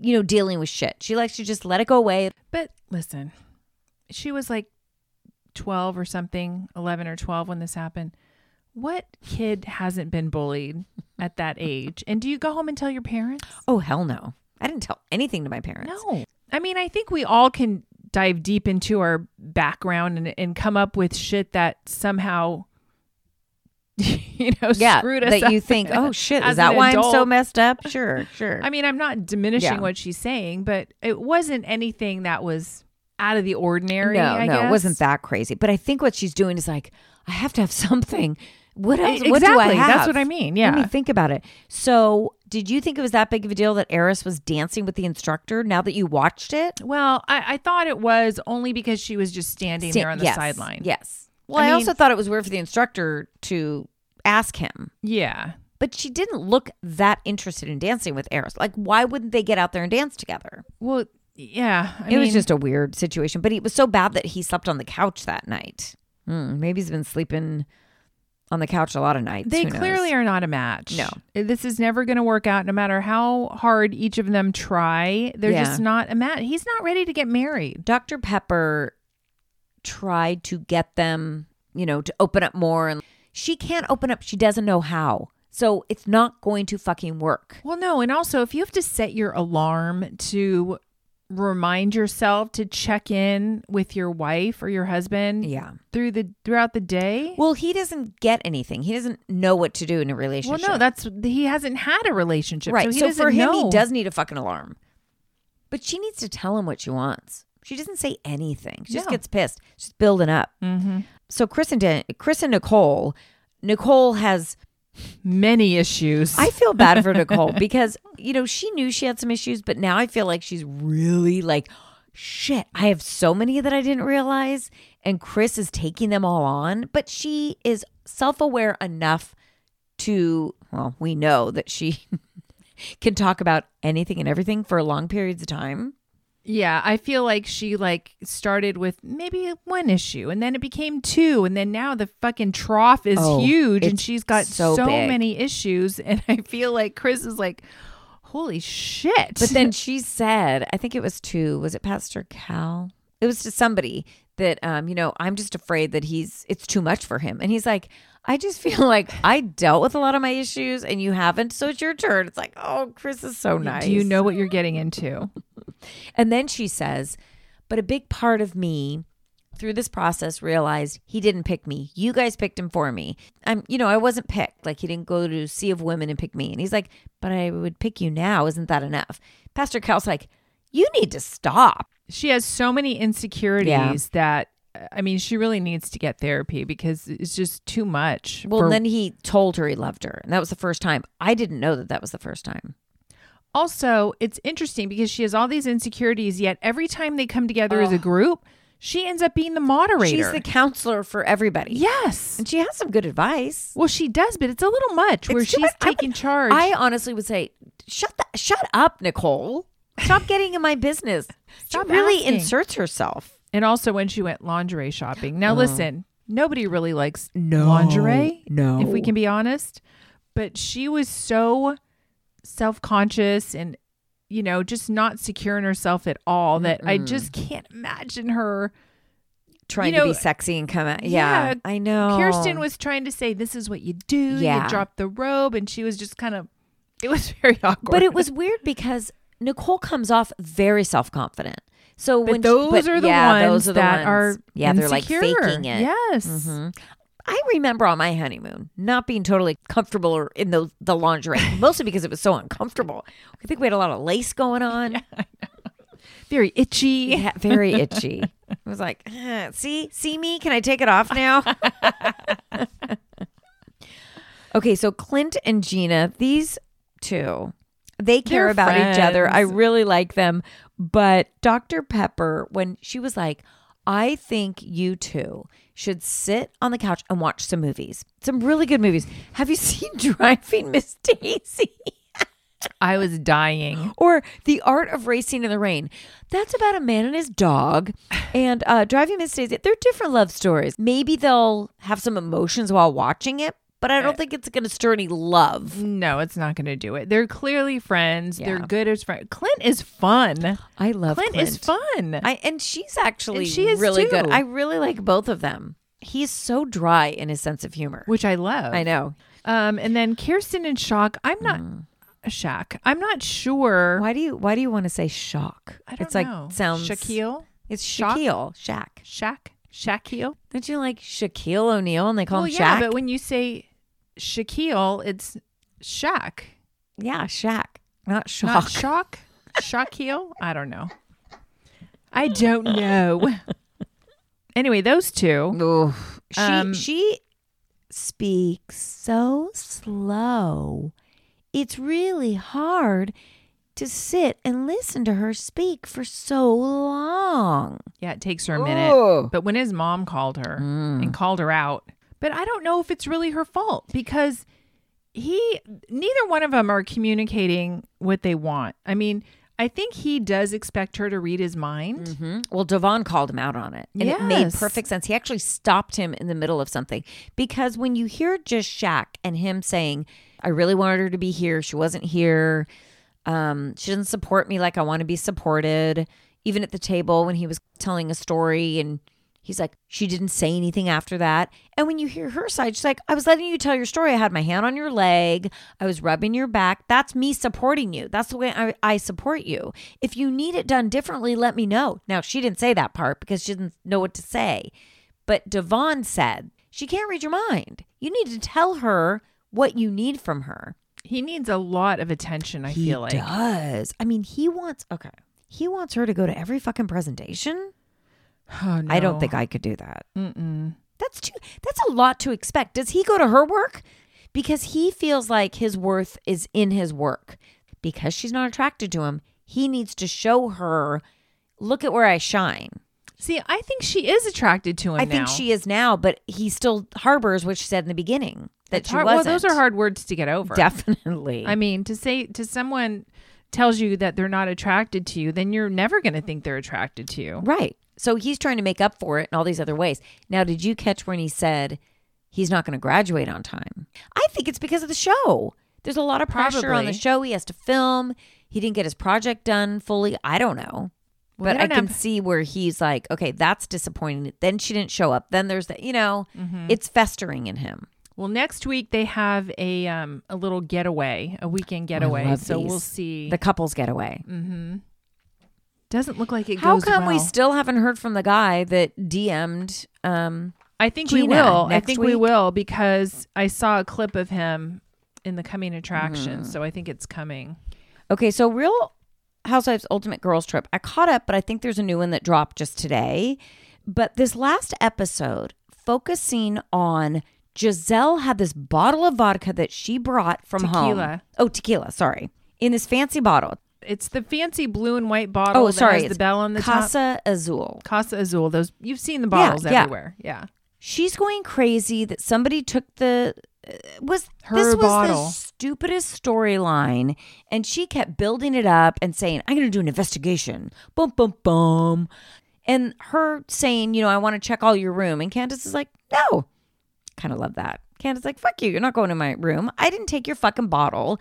B: you know, dealing with shit. She likes to just let it go away.
C: But listen, she was like 12 or something, 11 or 12 when this happened. What kid hasn't been bullied at that age? And do you go home and tell your parents?
B: Oh, hell no. I didn't tell anything to my parents.
C: No. I mean, I think we all can dive deep into our background and, and come up with shit that somehow, you know,
B: Yeah,
C: screwed us
B: that you
C: up
B: think, oh shit,
C: as
B: is that
C: an
B: why I'm so
C: adult.
B: messed up? Sure, sure.
C: I mean, I'm not diminishing
B: Yeah.
C: what she's saying, but it wasn't anything that was out of the ordinary.
B: no,
C: I
B: no, it
C: guess.
B: wasn't that crazy. But I think what she's doing is like, I have to have something. What else?
C: E-
B: What do I
C: exactly.
B: have?
C: That's what I mean, yeah.
B: Let me think about it. So, did you think it was that big of a deal that Eris was dancing with the instructor? Now that you watched it,
C: Well, I, I thought it was only because she was just standing there on the
B: yes,
C: sideline.
B: Yes. Well, I,
C: I mean-
B: also thought it was weird for the instructor to ask him,
C: Yeah.
B: but she didn't look that interested in dancing with Eris. Like, why wouldn't they get out there and dance together?
C: Well, yeah. I
B: it was
C: mean,
B: just a weird situation, but it was so bad that he slept on the couch that night. Hmm, maybe he's been sleeping on the couch a lot of nights.
C: They
B: Who knows?
C: clearly are not a match. Uh,
B: No.
C: This is never going to work out no matter how hard each of them try. They're
B: Yeah.
C: just not a match. He's not ready to get married.
B: Dr. Pepper tried to get them, you know, to open up more, and she can't open up. She doesn't know how, so it's not going to fucking work.
C: Well, no. And also, if you have to set your alarm to remind yourself to check in with your wife or your husband
B: Yeah.
C: through the throughout the day.
B: Well, he doesn't get anything. He doesn't know what to do in a
C: Well,
B: relationship.
C: no, that's he hasn't had a relationship,
B: right.
C: So, he doesn't
B: for him,
C: know.
B: he does need a fucking alarm, but she needs to tell him what she wants. She doesn't say anything. She just
C: No. Mm-hmm.
B: gets pissed. She's building up. So Chris and Dan- Chris and Nicole, Nicole has
C: many issues.
B: I feel bad for Nicole because you know she knew she had some issues, but now I feel like she's really like, shit. I have so many that I didn't realize, and Chris is taking them all on. But she is self-aware enough to well, we know that she can talk about anything and everything for long periods of time.
C: yeah, I feel like she like started with maybe one issue, and then it became two, and then now the fucking trough is
B: Oh,
C: huge, and
B: it's
C: she's got
B: so
C: so,
B: big.
C: many issues, and I feel like Chris is like, holy shit.
B: But then she said, I think it was to was it Pastor Cal? It was to somebody that um, you know, I'm just afraid that he's it's too much for him. And he's like, I just feel like I dealt with a lot of my issues and you haven't, so it's your turn. It's like, oh, Chris is so nice.
C: do you know what you're getting into?
B: And then she says, But a big part of me through this process realized he didn't pick me. You guys picked him for me. I'm you know, I wasn't picked. Like he didn't go to Sea of Women and pick me. And he's like, But I would pick you now, isn't that enough? Pastor Cal's like, You need to stop.
C: she has so many insecurities that I mean, she really needs to get therapy because it's just too much.
B: Well,
C: for-
B: then he told her he loved her. And that was the first time. I didn't know that that was the first time.
C: Also, it's interesting because she has all these insecurities, yet every time they come together as a group, she ends up being the moderator.
B: She's the counselor for everybody.
C: yes.
B: And she has some good advice.
C: Well, she does, but it's a little much where
B: It's too
C: she's
B: much. I would-
C: taking charge.
B: I honestly would say, shut the, shut up, Nicole. Stop getting in my business.
C: Stop
B: she really
C: asking.
B: inserts herself.
C: and also when she went lingerie shopping. Now, listen, nobody really likes lingerie.
B: no.
C: If we can be honest. But she was so self conscious and, you know, just not secure in herself at all that I just can't imagine her.
B: Trying
C: You
B: to
C: know,
B: be sexy and come out. Yeah,
C: yeah,
B: I know.
C: Kirsten was trying to say, "This is what you do.
B: Yeah.
C: You drop the robe," and she was just kind of. It was very awkward.
B: But it was weird because Nicole comes off very self confident. So
C: But
B: when she-
C: those
B: but
C: are the
B: yeah,
C: ones
B: those are the
C: that
B: ones.
C: are
B: yeah they're like
C: insecure.
B: faking it. Mm-hmm.
C: Yes.
B: I remember on my honeymoon not being totally comfortable or in the the lingerie, mostly because it was so uncomfortable. I think we had a lot of lace going on.
C: Very itchy.
B: Yeah, very itchy. I was like, "Eh, see, see me? Can I take it off now? okay, so Clint and Gina, these two, they care
C: They're
B: about each other. I
C: friends.
B: really like them. But Dr. Pepper, when she was like, I think you two should sit on the couch and watch some movies, some really good movies. Have you seen Driving Miss Daisy?
C: I was dying.
B: or the art of racing in the rain that's about a man and his dog and uh, driving miss daisy they're different love stories maybe they'll have some emotions while watching it but I don't think it's going to stir any love.
C: No, it's not going to do it. They're clearly friends. They're
B: Yeah.
C: good as friends. Clint is fun.
B: I love
C: Clint, is fun.
B: I and she's actually
C: And she is
B: really good.
C: too.
B: I really like both of them. He's so dry in his sense of humor.
C: which I love.
B: I know.
C: Um, and then Kirsten and Shock. I'm not Shaq. I'm not sure.
B: Why do you why do you want to say shock?
C: I don't
B: it's like
C: know.
B: sounds
C: Shaquille.
B: It's
C: Shock?
B: Shaquille. Shaq.
C: Shaq. Shaquille.
B: Don't you like Shaquille O'Neal and they call
C: well,
B: him Shaq?
C: yeah, but when you say Shaquille, it's Shaq,
B: yeah, Shaq. Not shock.
C: not Shock. Shaquille. I don't know. I don't know. anyway, those two.
B: Oof. She
C: Um,
B: she speaks so slow. It's really hard to sit and listen to her speak for so long.
C: Yeah, it takes her a minute.
B: Ooh. Mm.
C: But when his mom called her and called her out, but I don't know if it's really her fault because he neither one of them are communicating what they want. I mean, I think he does expect her to read his mind.
B: Well, Devon called him out on it, and it made
C: Yes.
B: perfect sense. He actually stopped him in the middle of something because when you hear just Shaq and him saying, "I really wanted her to be here. She wasn't here. Um, she doesn't support me like I want to be supported." Even at the table when he was telling a story, and he's like, "She didn't say anything after that." And when you hear her side, she's like, "I was letting you tell your story. I had my hand on your leg. I was rubbing your back. That's me supporting you. That's the way I, I support you. If you need it done differently, let me know. Now, she didn't say that part because she didn't know what to say. But Devon said, she can't read your mind. You need to tell her what you need from her.
C: He needs a lot of attention, I
B: he
C: feel like.
B: does. I mean, he wants, okay, he wants her to go to every fucking presentation.
C: Oh, no.
B: I don't think I could do that. Mm-mm. That's too. That's a lot to expect. Does he go to her work because he feels like his worth is in his work? Because she's not attracted to him, he needs to show her. Look at where I shine.
C: See, I think she is attracted to him
B: I think
C: now.
B: she is now, but he still harbors what she said in the beginning that
C: It's
B: she
C: hard- Well,
B: wasn't.
C: those are hard words to get over.
B: Definitely.
C: I mean, to say to someone tells you that they're not attracted to you, then you're never going to think they're attracted to you.
B: Right. So he's trying to make up for it in all these other ways. Now, did you catch when he said he's not going to graduate on time? I think it's because of the show. There's a lot of pressure on
C: Probably.
B: the show. He has to film. He didn't get his project done fully. I don't know.
C: Well,
B: but
C: they
B: I
C: don't
B: can
C: have-
B: see where he's like, okay, that's disappointing. Then she didn't show up. Then there's that, you know, it's festering in him.
C: Well, next week they have a um a little getaway, a weekend getaway.
B: love
C: so we'll
B: these.
C: see.
B: The couples get away.
C: Doesn't look like it
B: How
C: goes
B: come we
C: well.
B: still haven't heard from the guy that DM'd? Um,
C: I think we
B: Gina
C: will. I
B: next
C: think we
B: week?
C: will because I saw a clip of him in the coming
B: Mm.
C: attraction. So I think it's coming.
B: Okay, so Real Housewives Ultimate Girls Trip. I caught up, but I think there's a new one that dropped just today. But this last episode focusing on Giselle had this bottle of vodka that she brought from home.
C: Tequila.
B: Oh, tequila, sorry. In this fancy bottle.
C: It's the fancy blue and white bottle.
B: Oh,
C: that
B: sorry.
C: has
B: it's
C: the bell on the top.
B: Casa Azul.
C: Casa Azul. Those you've seen the bottles
B: yeah.
C: everywhere. Yeah.
B: She's going crazy that somebody took the uh, was
C: Her
B: this was
C: bottle.
B: the stupidest storyline, and she kept building it up and saying, "I'm going to do an investigation." Boom, boom, boom, and her saying, "You know, I want to check all your room," and Candace is like, "No." Kind of love that. Candace is like, "Fuck you! You're not going to my room. I didn't take your fucking bottle."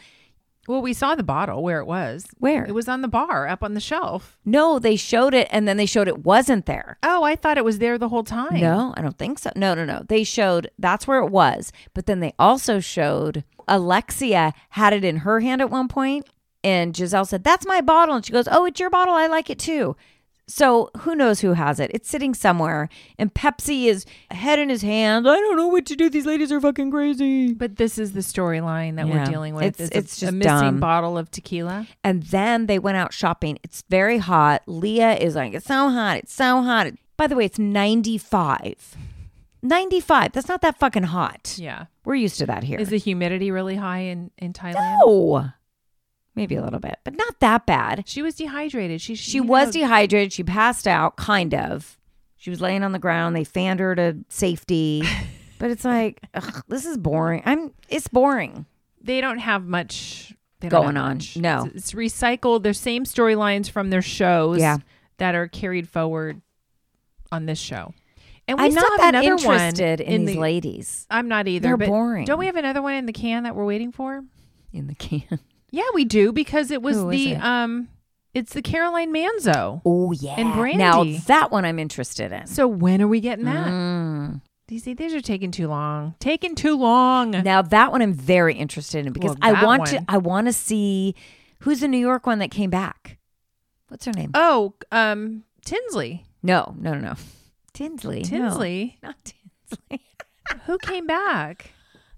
C: Well, we saw the bottle where it was.
B: Where?
C: It was on the bar, up on the shelf.
B: No, they showed it, and then they showed it wasn't there.
C: Oh, I thought it was there the whole time.
B: No, I don't think so. No, no, no. They showed that's where it was, but then they also showed Alexia had it in her hand at one point, and Giselle said, "That's my bottle," and she goes, "Oh, it's your bottle. I like it too." So who knows who has it? It's sitting somewhere, and Pepsi is head in his hand. I don't know what to do. These ladies are fucking crazy.
C: But this is the storyline that we're
B: Yeah.
C: dealing with.
B: It's-
C: It's, a-
B: it's
C: a
B: just
C: missing
B: dumb.
C: bottle of tequila.
B: And then they went out shopping. It's very hot. Leah is like, "It's so hot. It's so hot." By the way, it's ninety five. 95. That's not that fucking hot.
C: Yeah.
B: We're used to that here.
C: Is the humidity really high in, in Thailand?
B: no, maybe a little bit, but not that bad.
C: She was dehydrated. She
B: She
C: you
B: was
C: know,
B: dehydrated. She passed out, kind of. She was laying on the ground. They fanned her to safety, but it's like ugh, this is boring. I'm. It's boring.
C: they don't have much they don't
B: Going
C: have
B: on.
C: much.
B: No.
C: It's, it's recycled. Their same storylines from their shows
B: Yeah.
C: that are carried forward on this show. And we
B: I'm
C: still
B: not
C: have
B: that
C: another one
B: interested in,
C: in
B: these
C: the-
B: ladies
C: I'm not either.
B: They're
C: but
B: boring.
C: Don't we have another one in the can that we're waiting for?
B: in the can.
C: Yeah, we do because it was
B: Who is
C: the
B: it?
C: um, it's the Caroline Manzo.
B: Oh yeah,
C: And
B: Now
C: brandy.
B: that one I'm interested in.
C: So when are we getting that?
B: Mm.
C: These these are taking too long. Taking too long.
B: Now that one I'm very interested in because
C: Well,
B: I
C: that
B: want to.
C: one.
B: I want to see who's the New York one that came back. What's her name?
C: Oh, um, Tinsley.
B: no, no, no, no. Tinsley. no.
C: Tinsley.
B: not Tinsley.
C: Who came back?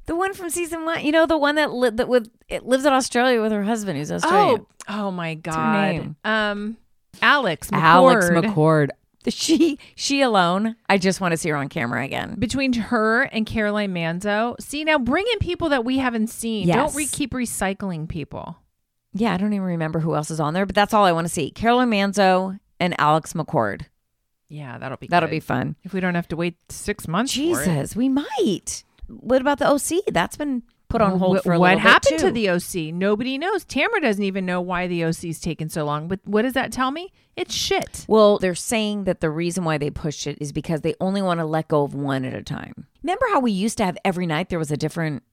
B: The one from season one. You know, the one that, li- that with it lives in Australia with her husband, who's Australian.
C: Oh, oh my
B: her
C: God.
B: name?
C: Um, Alex McCord.
B: Alex McCord. She she alone. I just want to see her on camera again.
C: Between her and Caroline Manzo. See, now bring in people that we haven't seen. Don't re-
B: Yes.
C: keep recycling people.
B: Yeah, I don't even remember who else is on there, but that's all I want to see. Carolyn Manzo and Alex McCord.
C: Yeah, that'll be
B: That'll
C: good.
B: be fun.
C: if we don't have to wait six months. for it.
B: Jesus, we might. What about the OC? That's been put on hold
C: Wh-
B: for a
C: what
B: little
C: happened
B: bit
C: to
B: too.
C: the OC? Nobody knows. Tamara doesn't even know why the OC's taken so long. But what does that tell me? It's shit.
B: Well, they're saying that the reason why they pushed it is because they only want to let go of one at a time. Remember how we used to have every night there was a different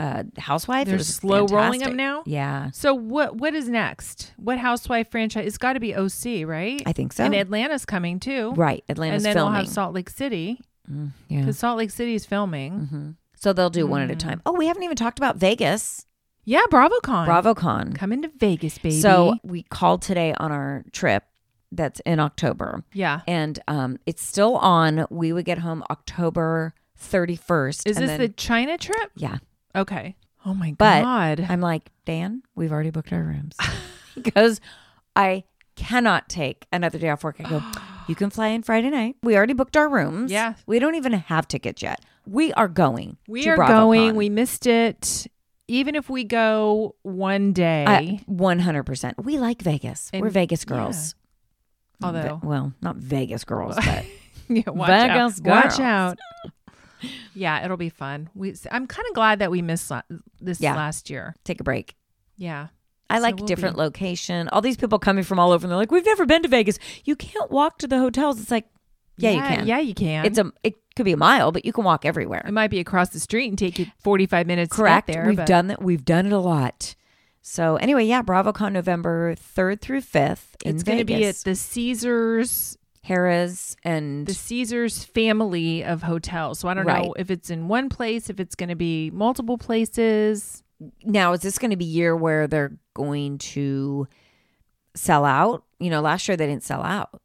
B: uh, housewife? It
C: They're
B: was
C: slow rolling
B: fantastic.
C: 'em now?
B: Yeah.
C: So what what is next? What housewife franchise? It's got to be OC, right?
B: I think so.
C: And Atlanta's coming too.
B: Right. Atlanta's
C: and then
B: filming. Mm,
C: we'll have Salt Lake City
B: yeah. Mm-hmm.
C: because Salt Lake City is filming.
B: So they'll do one at a
C: Mm.
B: time. Oh, we haven't even talked about Vegas.
C: Yeah, BravoCon.
B: BravoCon.
C: Coming to Vegas, baby.
B: So we called today on our trip that's in October.
C: yeah.
B: And um, it's still on. We would get home October 31st.
C: Is
B: and
C: this
B: then-
C: the China trip?
B: Yeah.
C: Okay. Oh my
B: But
C: god.
B: I'm like, Dan, we've already booked our rooms. Because I cannot take another day off work. I go, you can fly in Friday night. We already booked our rooms.
C: Yeah.
B: We don't even have tickets yet. We are going.
C: we
B: to
C: are
B: BravoCon.
C: going. We missed it. Even if we go one day,
B: One hundred percent. We like Vegas. We're
C: And-
B: Vegas girls. Ve-
C: although
B: well, not Vegas girls, but
C: yeah, watch
B: Vegas
C: out. Watch
B: girls.
C: out. yeah, it'll be fun. We I'm kind of glad that we missed la- this
B: Yeah.
C: last year.
B: take a break.
C: Yeah.
B: I
C: So
B: like
C: we'll
B: different
C: be-
B: location. All these people coming from all over, and they're like, "We've never been to Vegas. You can't walk to the hotels." It's like, yeah, you can.
C: Yeah, you can.
B: it's a. It could be a mile, but you can walk everywhere.
C: it might be across the street and take you 45 minutes
B: Correct.
C: to get there.
B: We've
C: but-
B: done that. We've done it a lot. So anyway, yeah, BravoCon November third through fifth.
C: It's
B: going to
C: be at the Caesars
B: Harrah's and
C: the Caesars family of hotels. So I don't
B: Right.
C: know if it's in one place, if it's going to be multiple places.
B: now is this going to be year where they're going to sell out you know last year they didn't sell out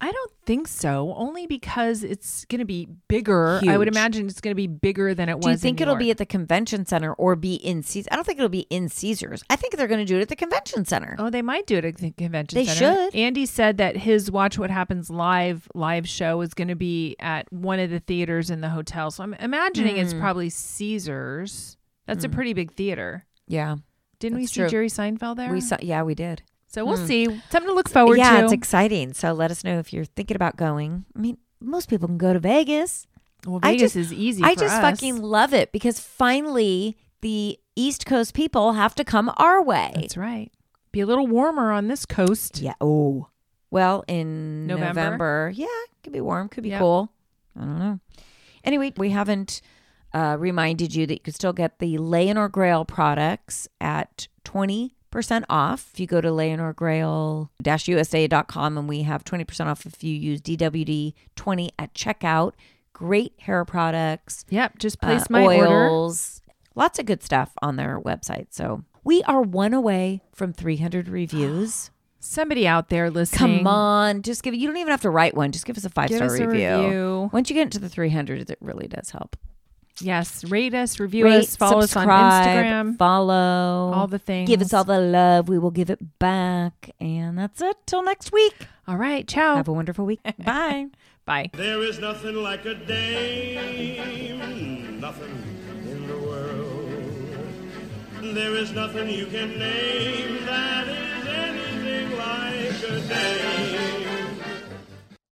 C: I don't think so, only because it's going to be bigger. I would
B: Huge.
C: imagine it's going to be bigger than it was.
B: do you
C: in
B: think
C: New
B: it'll be
C: York.
B: at the convention center or be in caesars i don't think it'll be in caesars i think they're going to do it at the convention center
C: Oh, they might do it at the convention
B: They
C: center.
B: should.
C: Andy said that his Watch What Happens live live show is going to be at one of the theaters in the hotel. So I'm imagining
B: Hmm.
C: it's probably Caesars. That's a pretty big theater.
B: yeah
C: Didn't we
B: Hmm. That's
C: see
B: true.
C: Jerry Seinfeld there?
B: we saw yeah we did
C: so we'll see. Something to look forward
B: yeah
C: to.
B: it's exciting so let us know if you're thinking about going i mean most people can go to vegas
C: well,
B: I
C: Vegas
B: just-
C: is easy.
B: i
C: for
B: just
C: us.
B: fucking love it because finally the east coast people have to come our way
C: That's right. Be a little warmer on this coast.
B: Yeah. Oh. Well, in
C: November?
B: November. Yeah, could be warm, could be
C: Yep.
B: cool. I don't know. Anyway, we haven't uh, reminded you that you can still get the Leonor Grail products at 20% off if you go to leonorgrail-usa.com and we have 20% off if you use DWD20 at checkout. Great hair products,
C: Yep. Just
B: uh,
C: place my order.
B: oils, lots of good stuff on their website. So we are one away from 300 reviews.
C: Somebody out there listening.
B: Come on, just give it. You don't even have to write one. Just give us a five
C: Give
B: star
C: us a
B: review.
C: review.
B: Once you get into the three hundred, it really does help.
C: Yes. Rate us, review
B: Rate,
C: us, follow us on
B: subscribe,
C: Instagram.
B: follow
C: all the things.
B: Give us all the love. We will give it back. And that's it. Till next week.
C: All right. Ciao.
B: Have a wonderful week. Bye.
C: Bye.
D: There is nothing like a dame, nothing in the world. There is nothing you can name that is.